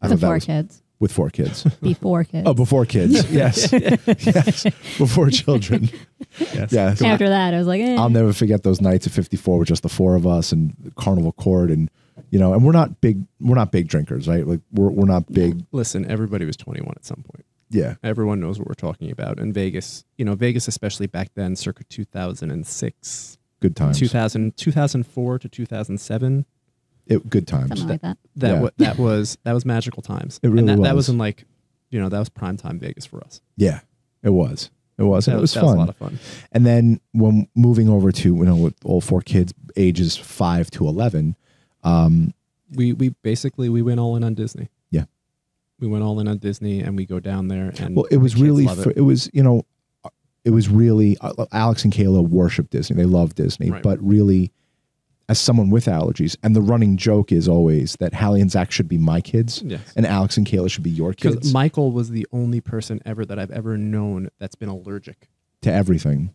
S2: I
S5: the
S2: thought that
S5: four
S2: was-
S5: kids.
S2: with four kids.
S5: Before kids.
S2: oh, before kids. yes. yes. Before children.
S1: Yes.
S2: Yes.
S5: After that, I was like, eh.
S2: I'll never forget those nights at 54 with just the four of us and Carnival Court and, you know, and we're not big, we're not big drinkers, right? Like we're, we're not big.
S1: Listen, everybody was 21 at some point.
S2: Yeah.
S1: Everyone knows what we're talking about. And Vegas, you know, Vegas, especially back then, circa 2006,
S2: Good times.
S1: 2000, 2004 to 2007,
S2: It, good times.
S5: something like that.
S1: that
S2: Yeah.
S1: wa- that was that was magical times.
S2: It really
S1: and that, that was
S2: was.
S1: in like, you know, that was prime time Vegas for us.
S2: yeah. It was. It was. And
S1: That
S2: it was
S1: that
S2: fun.
S1: a lot of fun.
S2: And then when moving over to, you know, with all four kids ages five to 11, um,
S1: We we basically we went all in on Disney.
S2: Yeah.
S1: we went all in on Disney, and we go down there. And
S2: well it was
S1: the kids
S2: really
S1: love
S2: fr- it. was you know it was really alex and kayla worship disney they love disney
S1: Right.
S2: but really as someone with allergies and the running joke is always that hallie and zach should be my kids
S1: Yes.
S2: and alex and kayla should be your
S1: because
S2: kids
S1: Michael was the only person ever that I've ever known that's been allergic,
S2: to everything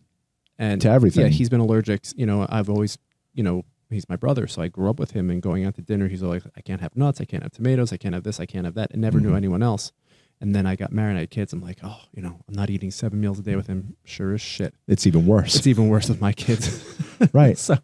S1: and
S2: to everything
S1: yeah, he's been allergic. You know, I've always you know he's my brother, so I grew up with him. And going out to dinner, he's always like, I can't have nuts, I can't have tomatoes, I can't have this, I can't have that, and never knew anyone else. And then I got married, and I had kids. I'm like, oh, you know, I'm not eating seven meals a day with him. Sure as shit.
S2: it's even worse
S1: It's even worse with my kids.
S2: right
S1: so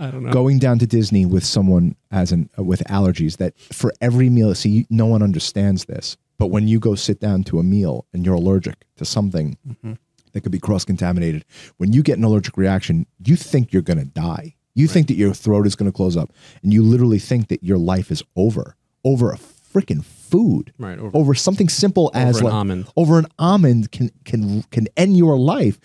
S1: I don't know.
S2: going down to disney with someone as an uh, with allergies that for every meal see you- no one understands this but when you go sit down to a meal and you're allergic to something
S1: Mm-hmm.
S2: that could be cross contaminated. When you get an allergic reaction, you think you're going to die. You think that your throat is going to close up, and you literally think that your life is over over a freaking food,
S1: Right,
S2: Over,
S1: over-
S2: something simple as
S1: an
S2: like
S1: almond.
S2: over an almond can can can end your life.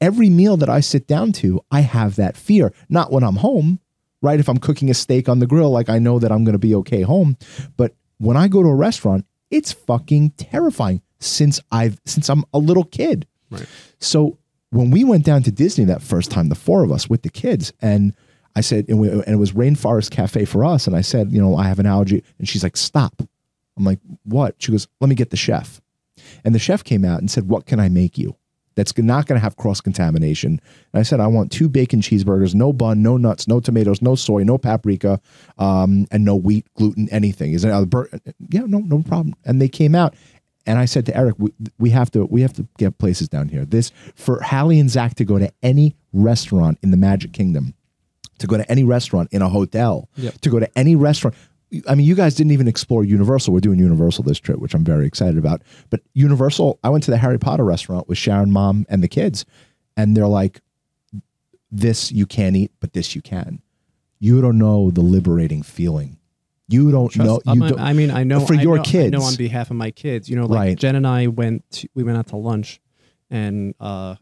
S2: every meal that I sit down to, I have that fear. Not when I'm home, right? If I'm cooking a steak on the grill, like I know that I'm going to be okay home. But when I go to a restaurant, it's fucking terrifying since I've since I'm a little kid.
S1: Right.
S2: So when we went down to Disney that first time, the four of us with the kids, and I said, and, we, and it was Rainforest Cafe for us, and I said, you know, I have an allergy, and she's like, stop. I'm like, what? She goes, let me get the chef. And the chef came out and said, What can I make you? That's not going to have cross contamination. And I said, I want two bacon cheeseburgers, no bun, no nuts, no tomatoes, no soy, no paprika, um, and no wheat, gluten, anything. Is it uh, bur- Yeah, no, no problem. And they came out, and I said to Eric, we, we have to, we have to get places down here. This for Hallie and Zach to go to any restaurant in the Magic Kingdom, to go to any restaurant in a hotel,
S1: Yep.
S2: to go to any restaurant. I mean, you guys didn't even explore Universal. We're doing Universal this trip, which I'm very excited about. But Universal, I went to the Harry Potter restaurant with Sharon, mom, and the kids, and they're like, "This you can't eat, but this you can." You don't know the liberating feeling. You don't know.
S1: Trust-
S2: you
S1: I,
S2: don't,
S1: I mean, I know
S2: for
S1: I
S2: your
S1: know,
S2: kids.
S1: I know on behalf of my kids. You know, like
S2: Right.
S1: Jen and I went. To, we went out to lunch, and uh,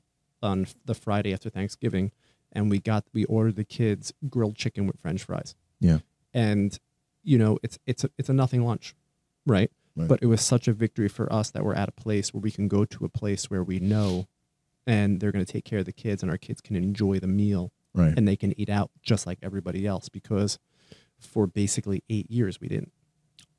S1: on the Friday after Thanksgiving, and we got we ordered the kids grilled chicken with French fries.
S2: Yeah.
S1: and you know it's it's a it's a nothing lunch, right?
S2: Right.
S1: But it was such a victory for us that we're at a place where we can go to a place where we know, and they're going to take care of the kids, and our kids can enjoy the meal
S2: right.
S1: and they can eat out just like everybody else because for basically eight years we didn't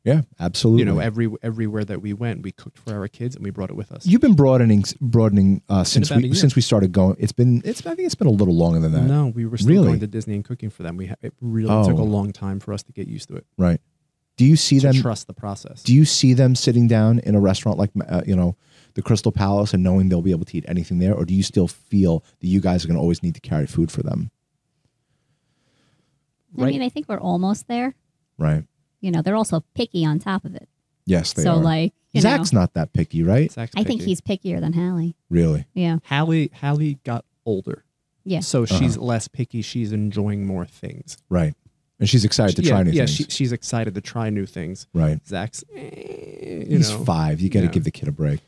S2: Yeah, absolutely.
S1: you know every everywhere that we went we cooked for our kids and we brought it with us
S2: You've been broadening broadening uh, since
S1: about a
S2: we
S1: year.
S2: since we started going. It's been it's I think it's been a little longer than that.
S1: no we were still
S2: Really?
S1: going to disney and cooking for them we ha- it really
S2: Oh.
S1: took a long time for us to get used to it
S2: Right. Do you see
S1: to
S2: them
S1: trust the process
S2: do you see them sitting down in a restaurant like uh, you know the Crystal Palace and knowing they'll be able to eat anything there or do you still feel that you guys are going to always need to carry food for them?
S5: I
S1: Right.
S5: mean, I think we're almost there.
S2: Right.
S5: You know, they're also picky on top of it.
S2: Yes, they
S5: so
S2: are.
S5: like, you
S2: Zach's
S5: know,
S2: not that picky, right?
S1: Zach's
S5: I think
S1: picky.
S5: he's pickier than Hallie.
S2: Really.
S5: Yeah.
S1: hallie hallie got older
S5: Yeah.
S1: so
S2: Uh-huh.
S1: she's less picky she's enjoying more things
S2: Right. And she's excited to
S1: yeah,
S2: try new
S1: yeah
S2: things.
S1: She, she's excited to try new things
S2: right.
S1: zach's eh, you
S2: He's
S1: know
S2: five. You got to
S1: yeah.
S2: give the kid a break.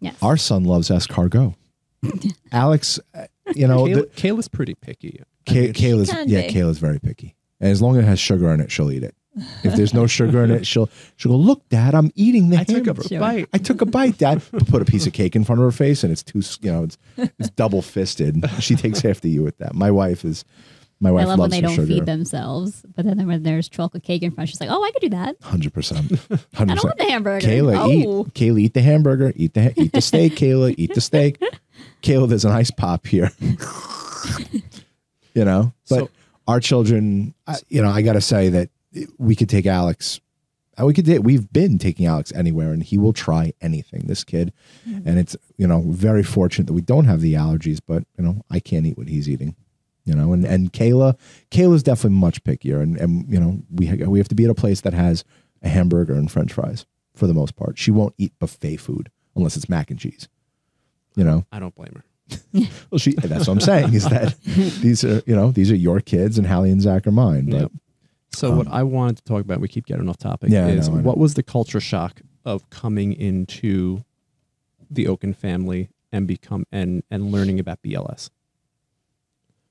S5: Yes.
S2: Our son loves escargot. Alex, uh, you know, the-
S1: Kayla, kayla's pretty picky I
S2: Kay-
S1: mean, she-
S2: Kayla's
S4: can
S2: yeah,
S4: be.
S2: Kayla's very picky. And as long as it has sugar in it, she'll eat it. If there's no sugar in it, she'll she'll go, look, Dad, I'm eating the
S1: i took a
S2: hamburger.
S1: bite
S2: I took a bite, Dad. Put a piece of cake in front of her face, and it's too you know, it's it's double fisted. She takes after you with that. My wife is my
S5: I
S2: wife
S5: love when
S2: loves
S5: they
S2: her
S5: don't feed
S2: sugar.
S5: themselves, but then when there's chocolate cake in front, she's like, "Oh, I could do that.
S2: Hundred percent.
S5: I
S2: Hundred
S5: don't
S2: percent.
S5: want the hamburger."
S2: Kayla,
S5: oh,
S2: eat. Kayla, eat the hamburger. Eat the ha- eat the steak. Kayla, eat the steak. Kayla, there's an ice pop here. you know, but
S1: So-
S2: our children, I, you know, I got to say that we could take Alex. uh, We could. take- We've been taking Alex anywhere, and he will try anything. This kid, and it's you know very fortunate that we don't have the allergies. But you know, I can't eat what he's eating. You know, and and Kayla, Kayla's definitely much pickier, and and you know we ha- we have to be at a place that has a hamburger and French fries for the most part. She won't eat buffet food unless it's mac and cheese. You know,
S1: i don't blame her
S2: well, she. That's what I'm saying is that these are you know these are your kids and Hallie and Zach are mine. But
S1: Yep. So what I wanted to talk about, we keep getting off topic,
S2: Um, Yeah, I
S1: is
S2: know, I know.
S1: what was the culture shock of coming into the Oaken family and become and and learning about BLS?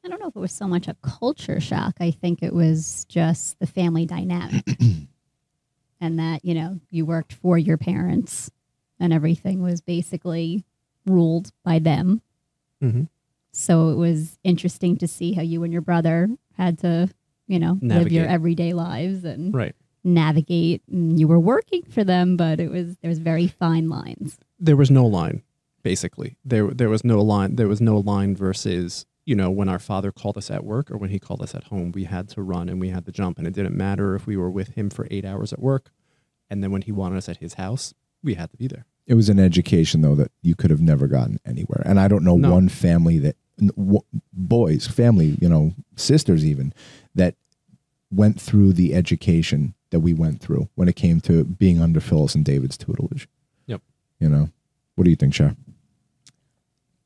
S5: I don't know if it was so much a culture shock. I think it was just the family dynamic, and that you know you worked for your parents, and everything was basically ruled by them.
S1: Mhm.
S5: So it was interesting to see how you and your brother had to, you know, live your
S1: Navigate.
S5: everyday lives and
S1: Right.
S5: navigate. And you were working for them, but it was there was very fine lines.
S1: There was no line, basically. There there was no line. There was no line versus you know when our father called us at work or when he called us at home. We had to run and we had to jump, and it didn't matter if we were with him for eight hours at work, and then when he wanted us at his house, we had to be there.
S2: it was an education though that you could have never gotten anywhere. And I don't know
S1: No.
S2: one family that n- w- boys, family, you know, sisters even that went through the education that we went through when it came to being under Phyllis and David's tutelage.
S1: Yep.
S2: You know, what do you think, Cher?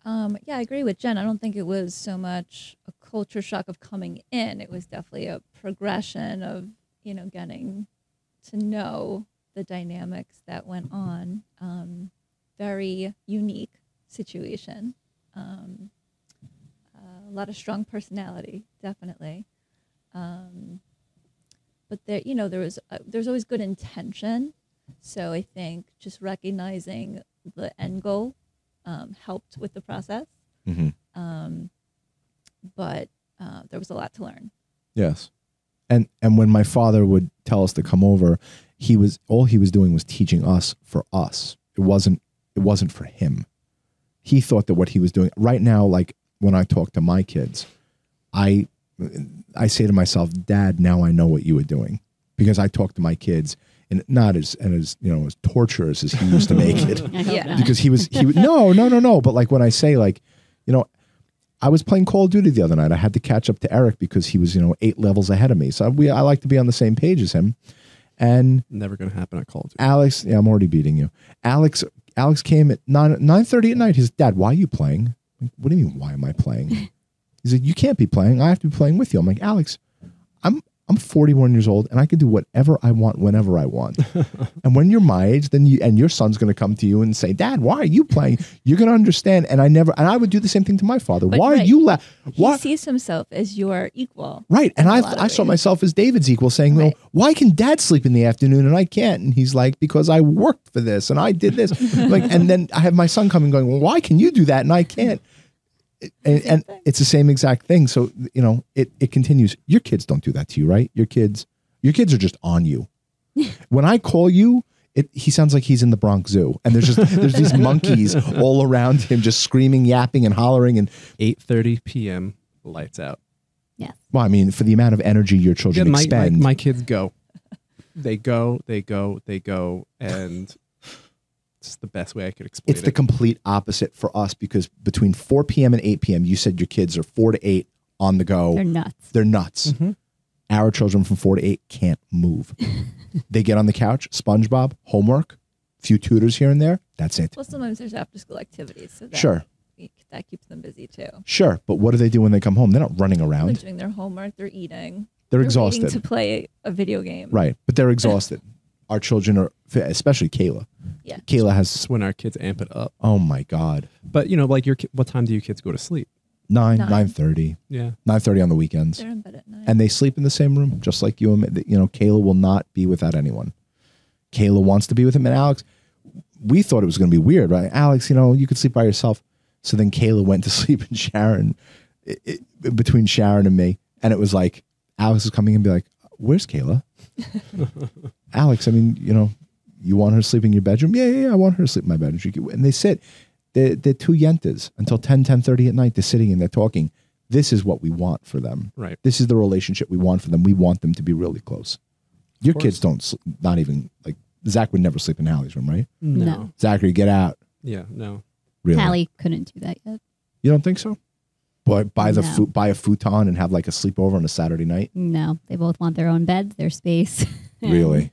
S4: Um, yeah, I agree with Jen. I don't think it was so much a culture shock of coming in. It was definitely a progression of, you know, getting to know the dynamics that went on. Um, very unique situation. Um, a lot of strong personality, definitely. Um, but there, you know, there was uh, there's always good intention. So I think just recognizing the end goal um, helped with the process.
S2: Mm-hmm.
S4: Um, but uh, there was a lot to learn.
S2: Yes. And and when my father would tell us to come over, he was all he was doing was teaching us for us. It wasn't it wasn't for him. He thought that what he was doing right now like when I talk to my kids, I I say to myself, "Dad, now I know what you were doing." Because I talk to my kids and not as and as, you know, as torturous as he used to make it
S5: I hope
S4: Yeah.
S5: not.
S2: because he was he was, no no no no but like when i say like you know i was playing call of duty the other night i had to catch up to eric because he was you know eight levels ahead of me so we, i like to be on the same page as him and
S1: Never going to happen at Call of Duty.
S2: alex yeah, i'm already beating you alex alex came at 9 9.30 at night his dad why are you playing I'm like, what do you mean why am i playing he's like you can't be playing i have to be playing with you i'm like alex i'm i'm 41 years old and i can do whatever i want whenever i want and when you're my age, then you and your son's going to come to you and say, "Dad, why are you playing?" You're going to understand. And I never, and I would do the same thing to my father.
S4: But
S2: why are
S4: right.
S2: you la-
S4: He
S2: Why?
S4: sees himself as your equal.
S2: Right. And
S4: in a
S2: I,
S4: lot of
S2: I saw
S4: ways.
S2: myself as David's equal, saying,
S4: Right.
S2: "Well, why can Dad sleep in the afternoon and I can't?" And he's like, "Because I worked for this and I did this." like, and then I have my son coming, going, "Well, why can you do that and I can't?" And, and it's the same exact thing. So you know, it it continues. Your kids don't do that to you, right? Your kids, your kids are just on you. when I call you, it, he sounds like he's in the Bronx Zoo, and there's just there's these monkeys all around him, just screaming, yapping, and hollering. And
S1: 8.30 p.m. Lights out.
S2: well, I mean, for the amount of energy your children
S1: Yeah, my, my,
S2: expend,
S1: my kids go. They go, they go, they go, and it's the best way I could explain
S2: it's
S1: it.
S2: the complete opposite for us because between 4 p.m. and 8 p.m., you said your kids are four to eight on the go.
S5: They're
S2: They're,
S5: nuts.
S2: nuts.
S1: Mhm.
S2: Our children from four to eight can't move. they get on the couch, SpongeBob, homework, few tutors here and there. That's it.
S4: Well, sometimes there's after school activities, so that,
S2: Sure,
S4: that keeps them busy too.
S2: sure. But what do they do when they come home? They're not running
S4: They're
S2: around.
S4: doing their homework, they're eating.
S2: They're
S4: waiting
S2: exhausted.
S4: to play a video game.
S2: Right, but they're exhausted. Our children are, especially Kayla.
S4: Yeah.
S2: Kayla has.
S1: It's when our kids amp it up.
S2: Oh my God,
S1: But, you know, like, your ki- what time do you kids go to sleep?
S2: nine
S4: Nine.
S2: nine thirty,
S1: Yeah.
S2: nine thirty on the weekends,
S4: They're in bed at night.
S2: and they sleep in the same room, just like you. and me. You know, Kayla will not be without anyone. Kayla wants to be with him, and Alex. We thought it was going to be weird, right? Alex, you know, you could sleep by yourself. So then Kayla went to sleep in Sharon, i i between Sharon and me, and it was like Alex was coming and be like, "Where's Kayla?" Alex, I mean, you know, you want her to sleep in your bedroom? Yeah, yeah, yeah I want her to sleep in my bedroom. She could- And they sit. They're, they're two yentas until 10, 10.30 at night. They're sitting and they're talking. This is what we want for them.
S1: Right.
S2: This is the relationship we want for them. We want them to be really close. Your
S1: course.
S2: kids don't, sl- not even, like, Zach would never sleep in Hallie's room, right?
S5: No.
S2: Zachary, get out.
S1: Yeah, no.
S2: Really?
S5: Hallie couldn't do that yet.
S2: You don't think so? Buy, buy, the
S5: No.
S2: fu- buy a futon and have, like, a sleepover on a Saturday night?
S5: No, they both want their own beds, their space. And
S2: Really?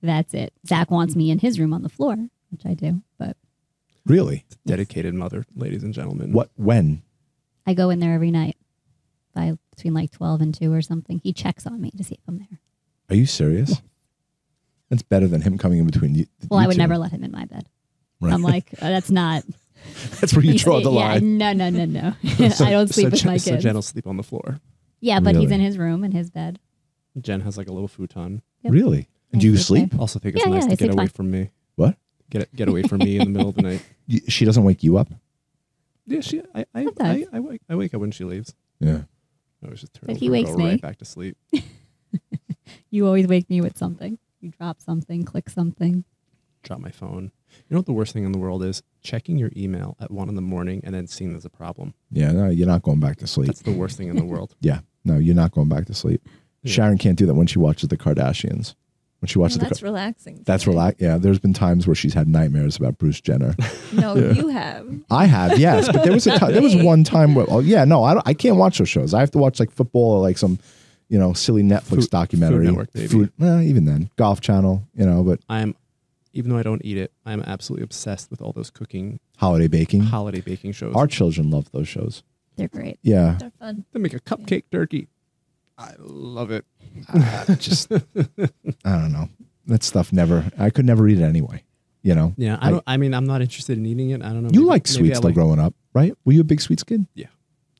S5: That's it. Zach wants me in his room on the floor, which I do, but
S2: Really?
S1: Dedicated mother, ladies and gentlemen.
S2: What, when?
S5: I go in there every night by between like 12 and 2 or something. He checks on me to see if I'm there.
S2: Are you serious? That's better than him coming in between you.
S5: Well,
S2: you
S5: I would
S2: two.
S5: never let him in my bed.
S2: Right.
S5: I'm like, oh, that's not.
S2: That's where you draw the
S5: yeah,
S2: line.
S5: No, no, no, no. I don't sleep
S1: so
S5: with
S1: Jen,
S5: my
S1: So
S5: kids.
S1: Jen will sleep on the floor.
S5: yeah, but he's
S2: Really?
S5: in his room in his bed.
S1: Jen has like a little futon.
S5: Yep.
S2: Really? And do you sleep?
S1: Also think it's
S5: Yeah,
S1: nice to
S5: yeah, I
S1: get
S5: sleep
S1: away
S5: fine.
S1: from me.
S2: What?
S1: Get get away from me in the middle of the night.
S2: You- She doesn't wake you up?
S1: Yeah, she. I I, I,
S5: Sometimes.
S1: I, wake, I wake up when she leaves.
S2: Yeah.
S1: I was just turn
S5: But
S1: over
S5: he
S1: and
S5: wakes
S1: go
S5: me.
S1: right back to sleep.
S5: You always wake me with something. You drop something, click something.
S1: Drop my phone. You know what the worst thing in the world is? Checking your email at one in the morning and then seeing there's a problem.
S2: Yeah, no, you're not going back to sleep.
S1: That's the worst thing in the world.
S2: yeah. No, you're not going back to sleep.
S1: Yeah.
S2: Sharon can't do that when she watches the Kardashians. When she watches
S4: No,
S2: the
S4: that's
S2: that's,
S4: relaxing. to
S2: that's
S4: me.
S2: relax. Yeah, there's been times where she's had nightmares about Bruce Jenner.
S4: No,
S2: Yeah.
S4: you have.
S2: I have, yes, but there was a time, there was
S4: me.
S2: one time where oh yeah, no, I don't, I can't watch those shows. I have to watch like football or like some you know, silly Netflix
S1: Food-
S2: documentary.
S1: Food Network, baby.
S2: well, even then, Golf Channel, you know, but
S1: I'm, even though I don't eat it, I'm absolutely obsessed with all those cooking
S2: holiday baking.
S1: holiday baking shows.
S2: Our children love those shows.
S5: They're great.
S2: Yeah,
S4: They're fun.
S1: they make a cupcake turkey. I love it.
S2: I just I don't know. That stuff never. I could never eat it anyway. You know.
S1: Yeah, I don't. I mean, I'm not interested in eating it. I don't know.
S2: You
S1: maybe-
S2: like
S1: maybe I
S2: sweets though,
S1: like-
S2: growing up, right? Were you a big sweets kid?
S1: Yeah.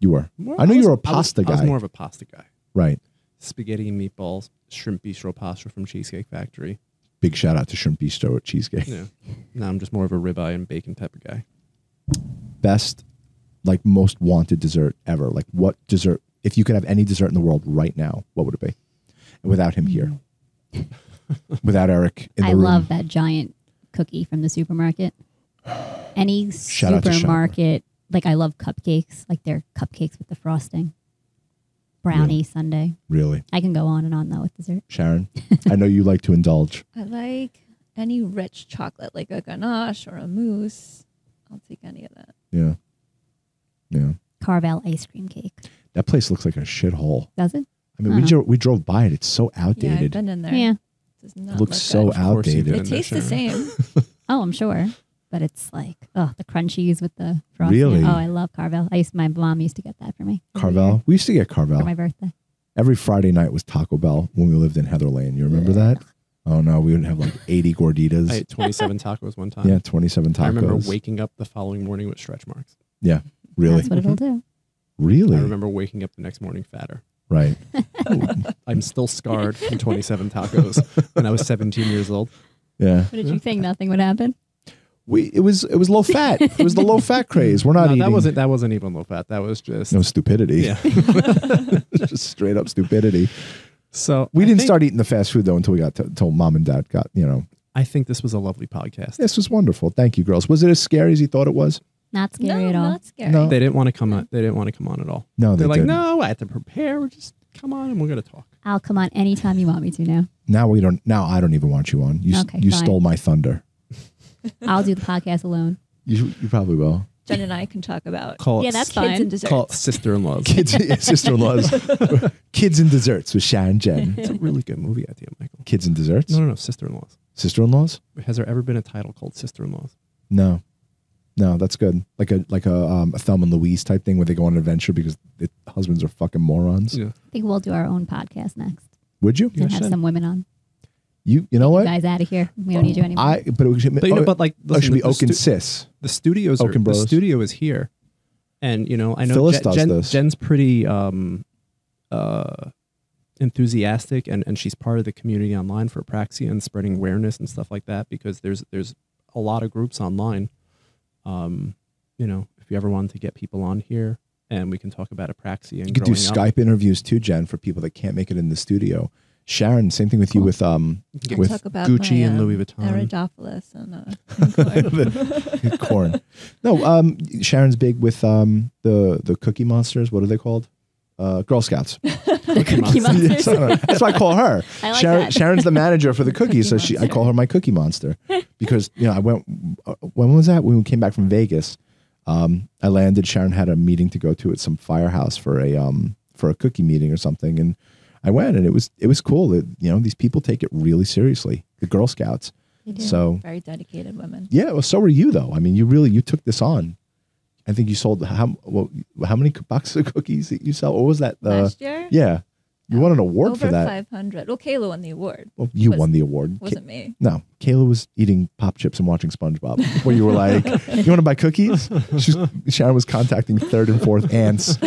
S2: You were
S1: More-
S2: I know
S1: was-
S2: you're a
S1: I was-
S2: pasta
S1: I was
S2: guy.
S1: more of a pasta guy.
S2: right.
S1: Spaghetti and meatballs, shrimp bistro pasta from Cheesecake Factory.
S2: Big shout out to Shrimp Bistro at Cheesecake.
S1: Yeah. now I'm just more of a ribeye and bacon pepper guy.
S2: Best, like most wanted dessert ever. Like what dessert? If you could have any dessert in the world right now, what would it be? And without him here, without Eric in the
S5: I
S2: room,
S5: love that giant cookie from the supermarket. Any
S2: Shout out to Shower.
S5: supermarket, like I love cupcakes, like they're cupcakes with the frosting. Brownie sundae.
S2: really,
S5: I can go on and on though with dessert.
S2: Sharon. I know you like to indulge.
S4: I like any rich chocolate, like a ganache or a mousse. I'll take any of that.
S2: Yeah, yeah.
S5: Carvel ice cream cake.
S2: That place looks like a shithole.
S5: Does it?
S2: I mean, we
S5: Uh-huh.
S2: dro- we drove by it. It's so
S4: Yeah, I've
S2: outdated.
S4: been in there.
S5: Yeah.
S4: It does not
S2: it looks
S4: look
S2: so
S4: good.
S1: Of course you've
S2: outdated.
S1: been
S4: It tastes the same.
S5: Oh, I'm sure. But it's like, oh, the crunchies with the frosting.
S2: Really?
S5: Oh, I love Carvel. I used my mom used to get that for me every year
S2: Carvel. We used to get
S5: for
S2: Carvel.
S5: my birthday.
S2: Every Friday night was Taco Bell when we lived in Heather Lane. You remember that? Oh no, we would have like 80 gorditas.
S1: I ate 27 tacos one time.
S2: yeah, 27 tacos.
S1: I remember waking up the following morning with stretch marks.
S2: really?
S5: That's what it'll do.
S2: Really?
S1: I remember waking up the next morning fatter.
S2: Right.
S1: I'm still scarred from 27 tacos when I was 17 years old.
S2: Yeah.
S5: What did you think? Nothing would happen.
S2: We it was it was low fat. It was the low fat craze. We're
S1: no,
S2: not eating
S1: that wasn't that wasn't even low fat. That was just
S2: no stupidity.
S1: yeah.
S2: Just straight up stupidity.
S1: So
S2: We
S1: I
S2: didn't
S1: think-
S2: start eating the fast food though until we got to, until mom and dad got, you know.
S1: I think this was a lovely podcast.
S2: This was wonderful. Thank you, girls. Was it as scary as you thought it was?
S5: Not scary
S4: no,
S5: at all.
S4: not scary.
S2: No.
S1: They didn't want to come on. They didn't want to come on at all.
S2: No, they
S1: They're like,
S2: didn't.
S1: no, I had to prepare. Just come on, and we're gonna talk.
S5: I'll come on anytime you want me to now.
S2: Now we don't now I don't even want you on. You s-
S5: Okay,
S2: you
S5: fine.
S2: stole my thunder.
S5: I'll do the podcast alone.
S2: You you probably will.
S4: Jen and I can talk about
S1: Call
S5: Yeah,
S1: it,
S5: that's
S1: s-
S4: kids
S5: fine.
S4: and desserts.
S1: call it sister-in-laws.
S2: kids sister-in-laws kids and desserts with Sharon Jen
S1: it's a really good movie idea, Michael.
S2: kids and desserts
S1: No, no, no, sister-in-laws.
S2: sister-in-laws
S1: Has there ever been a title called sister-in-laws?
S2: no no that's good like a like a, um, a thumb and Louise type thing where they go on an adventure because the husbands are fucking morons
S1: Yeah.
S5: I think we'll do our own podcast next
S2: would you
S1: Yeah,
S5: and have
S1: sure.
S5: some women on.
S2: you you know
S5: You
S2: what
S5: guys out of here. We don't need you anymore.
S2: I but it should,
S1: But you know, but like,
S2: oh, it
S1: listen,
S2: should be
S1: the,
S2: Oak and
S1: stu-
S2: Sis
S1: the studios are,
S2: Oaken
S1: the
S2: Bros.
S1: studio is here, and you know I know
S2: Phyllis
S1: Jen,
S2: does
S1: Jen-
S2: this.
S1: Jen's pretty um, uh, enthusiastic, and and she's part of the community online for apraxia and spreading awareness and stuff like that because there's there's a lot of groups online. Um, you know, if you ever want to get people on here and we can talk about apraxia and
S2: you could do
S1: growing up,
S2: Skype interviews too Jen for people that can't make it in the studio Sharon same thing with you with um
S1: you can
S4: I'll
S1: get
S2: with
S4: talk about
S1: Gucci
S4: my,
S1: and
S4: um,
S1: Louis Vuitton.
S4: Arachidopoulos and uh,
S2: corn no um Sharon's big with um the the cookie monsters what are they called uh Girl Scouts
S1: Cookie Monster.
S5: Cookie Monster.
S2: Yes, I know. that's why I call her.
S5: I like
S2: Sharon,
S5: that.
S2: Sharon's the manager for the cookies, so
S4: Cookie
S2: she I
S4: Monster.
S2: call her my Cookie Monster because you know I went. uh, When was that? When we came back from Vegas, um, I landed. Sharon had a meeting to go to at some firehouse for a um for a cookie meeting or something, and I went, and it was it was cool. That you know these people take it really seriously, the Girl Scouts.
S5: They do.
S2: So
S4: very dedicated women.
S2: yeah, well, so were you though. I mean, you really you took this on. I think you sold how well, how many boxes of cookies that you sell? What was that? Uh,
S4: Last year,
S2: yeah, you won an award
S4: over
S2: for that.
S4: 500. Well, Kayla won the award.
S2: Well, you
S4: Was-
S2: won the award. Ka-
S4: Wasn't me.
S2: no, Kayla was eating pop chips and watching SpongeBob. Where you were like, "You want to buy cookies?" She's, Sharon was contacting third and fourth aunts,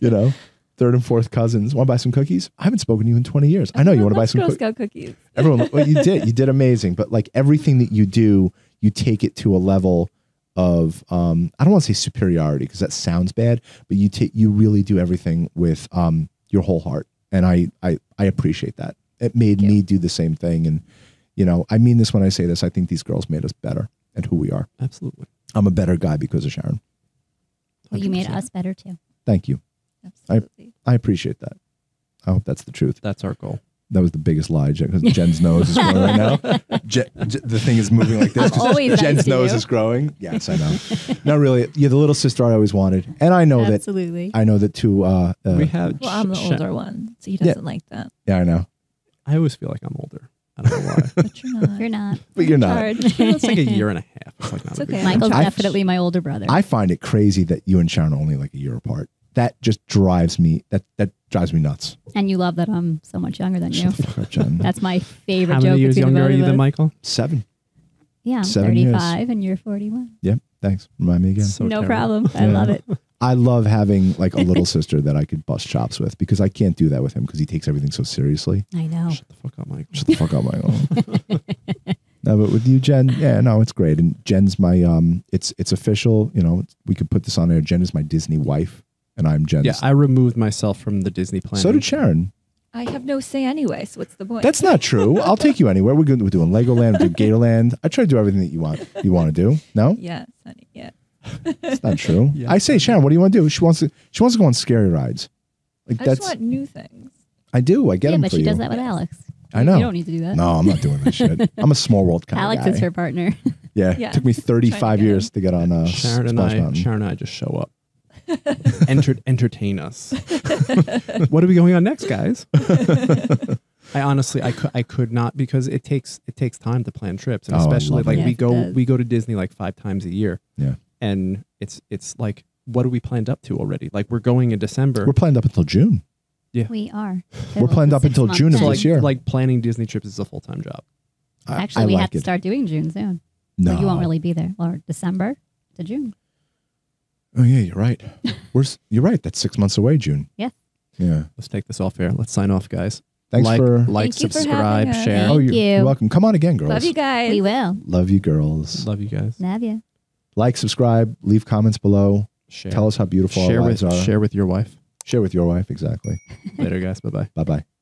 S2: you know, third and fourth cousins. Want to buy some cookies? I haven't spoken to you in twenty years. I know you want to buy
S4: Loves
S2: some
S4: Girl
S2: cookies.
S4: Scout cookies.
S2: Everyone, well, you did. You did amazing. But like everything that you do, you take it to a level of um, I don't want to say superiority because that sounds bad, but you take you really do everything with um, your whole heart, and I I I appreciate that. It made
S4: Thank you.
S2: me do the same thing, and you know I mean this when I say this. I think these girls made us better at who we are.
S1: Absolutely.
S2: I'm a better guy because of Sharon.
S5: Well, you made
S1: 100%.
S5: us better too.
S2: Thank you.
S4: Absolutely.
S2: I appreciate that. I hope that's the truth.
S1: That's our goal.
S2: That was the biggest lie because Jen's nose is growing right now. Je- Je- the thing is moving like this.
S5: I'm always nice
S2: Jen's
S5: to
S2: nose
S5: you.
S2: is growing. Yes, I know. Not really. You're the little sister I always wanted, and I know that.
S5: Absolutely.
S2: I know that too. Uh, uh,
S1: we have.
S4: Well, I'm the
S1: Sh- Sh-
S4: older one, so he
S2: Yeah.
S4: doesn't like that.
S2: yeah, I know.
S1: I always feel like I'm older. I don't know why.
S4: But you're not.
S5: You're not.
S2: But you're not.
S1: it's like a year and a half. It's like not
S4: It's
S1: a big
S4: okay.
S1: deal.
S5: Michael's
S2: I-
S5: definitely my older brother.
S2: I find it crazy that you and Sharon are only like a year apart. That just drives me. That that drives me nuts.
S5: and you love that I'm so much younger than you.
S2: Shut the fuck up, Jen.
S5: That's my favorite
S1: How
S5: joke.
S1: many years
S5: between
S1: younger
S5: the
S1: are
S5: both
S1: you
S5: of
S1: than
S5: us.
S1: Michael?
S2: Seven.
S5: Yeah, I'm
S2: Seven years.
S5: 35 and you're 41.
S2: Thanks. Remind me again.
S1: So
S5: no
S1: terrible.
S5: problem. I
S2: Yeah.
S5: love it.
S2: I love having like a little sister that I could bust chops with because I can't do that with him because he takes everything so seriously.
S5: I know.
S1: Shut the fuck up, Mike.
S2: Shut the fuck up, Michael. no, but with you, Jen, yeah, no, it's great. And Jen's my um, it's it's official. You know, we could put this on air. Jen is my Disney wife, and I'm Jen's.
S1: Yeah, I removed myself from the Disney plan.
S2: so did Sharon.
S4: I have no say anyway, so what's the point?
S2: That's not true. I'll take you anywhere. We're good. We're doing Legoland. We're doing Gatorland. I try to do everything that you want. You want to do? No,
S4: yes, honey. Yeah.
S2: it's not true.
S1: Yeah.
S2: I say, Sharon, what do you want to do? She wants to. She wants to go on scary rides. Like
S4: I
S2: that's.
S4: just want new things.
S2: I do. I get
S5: yeah,
S2: them
S5: but
S2: for
S5: she
S2: you.
S5: does that with Alex.
S2: I know.
S5: You don't need to do that.
S2: No, I'm not doing that shit. I'm a small world kind
S5: Alex
S2: of guy.
S5: is her partner.
S2: Yeah,
S4: Yeah.
S2: it took me 35
S4: get
S2: years to get on uh,
S1: Sharon and
S2: Splash
S1: I.
S2: Mountain.
S1: Sharon and I just show up. Enter, entertain us. what are we going on next, guys? I honestly, I could, I could not because it takes it takes time to plan trips, and
S2: Oh, I
S1: especially
S2: love
S1: like
S2: it.
S1: we
S4: Yes, it
S1: go
S4: does.
S1: we go to Disney like five times a year.
S2: Yeah.
S1: and it's it's like what are we planned up to already? Like we're going in December.
S2: We're planned up until June.
S5: We are.
S2: We're planned up until June of
S1: so
S5: this
S1: like
S2: this year.
S1: like planning Disney trips is a full time job.
S2: I-
S5: Actually,
S2: I
S5: we
S2: like
S5: have to
S2: it.
S5: start doing June soon.
S2: No,
S5: But you won't really be there. Or December to June.
S2: Oh yeah, you're right. We're s- you're right. That's six months away. June.
S5: Yeah.
S2: Yeah.
S1: Let's take this off air. Let's sign off, guys.
S2: Thanks
S1: like,
S2: for.
S1: like,
S4: Thank you for
S1: subscribe,
S4: having us.
S1: share.
S5: Thank
S2: oh, you're,
S5: you.
S2: you're welcome. Come on again, girls.
S4: Love you guys.
S5: We will.
S2: Love you, girls.
S1: Love you guys.
S5: Love you.
S2: Like, subscribe, leave comments below.
S1: Share.
S2: Tell us how beautiful
S1: share
S2: our lives
S1: with
S2: are.
S1: share with your wife.
S2: Share with your wife. Exactly.
S1: Later, guys. Bye bye.
S2: Bye bye.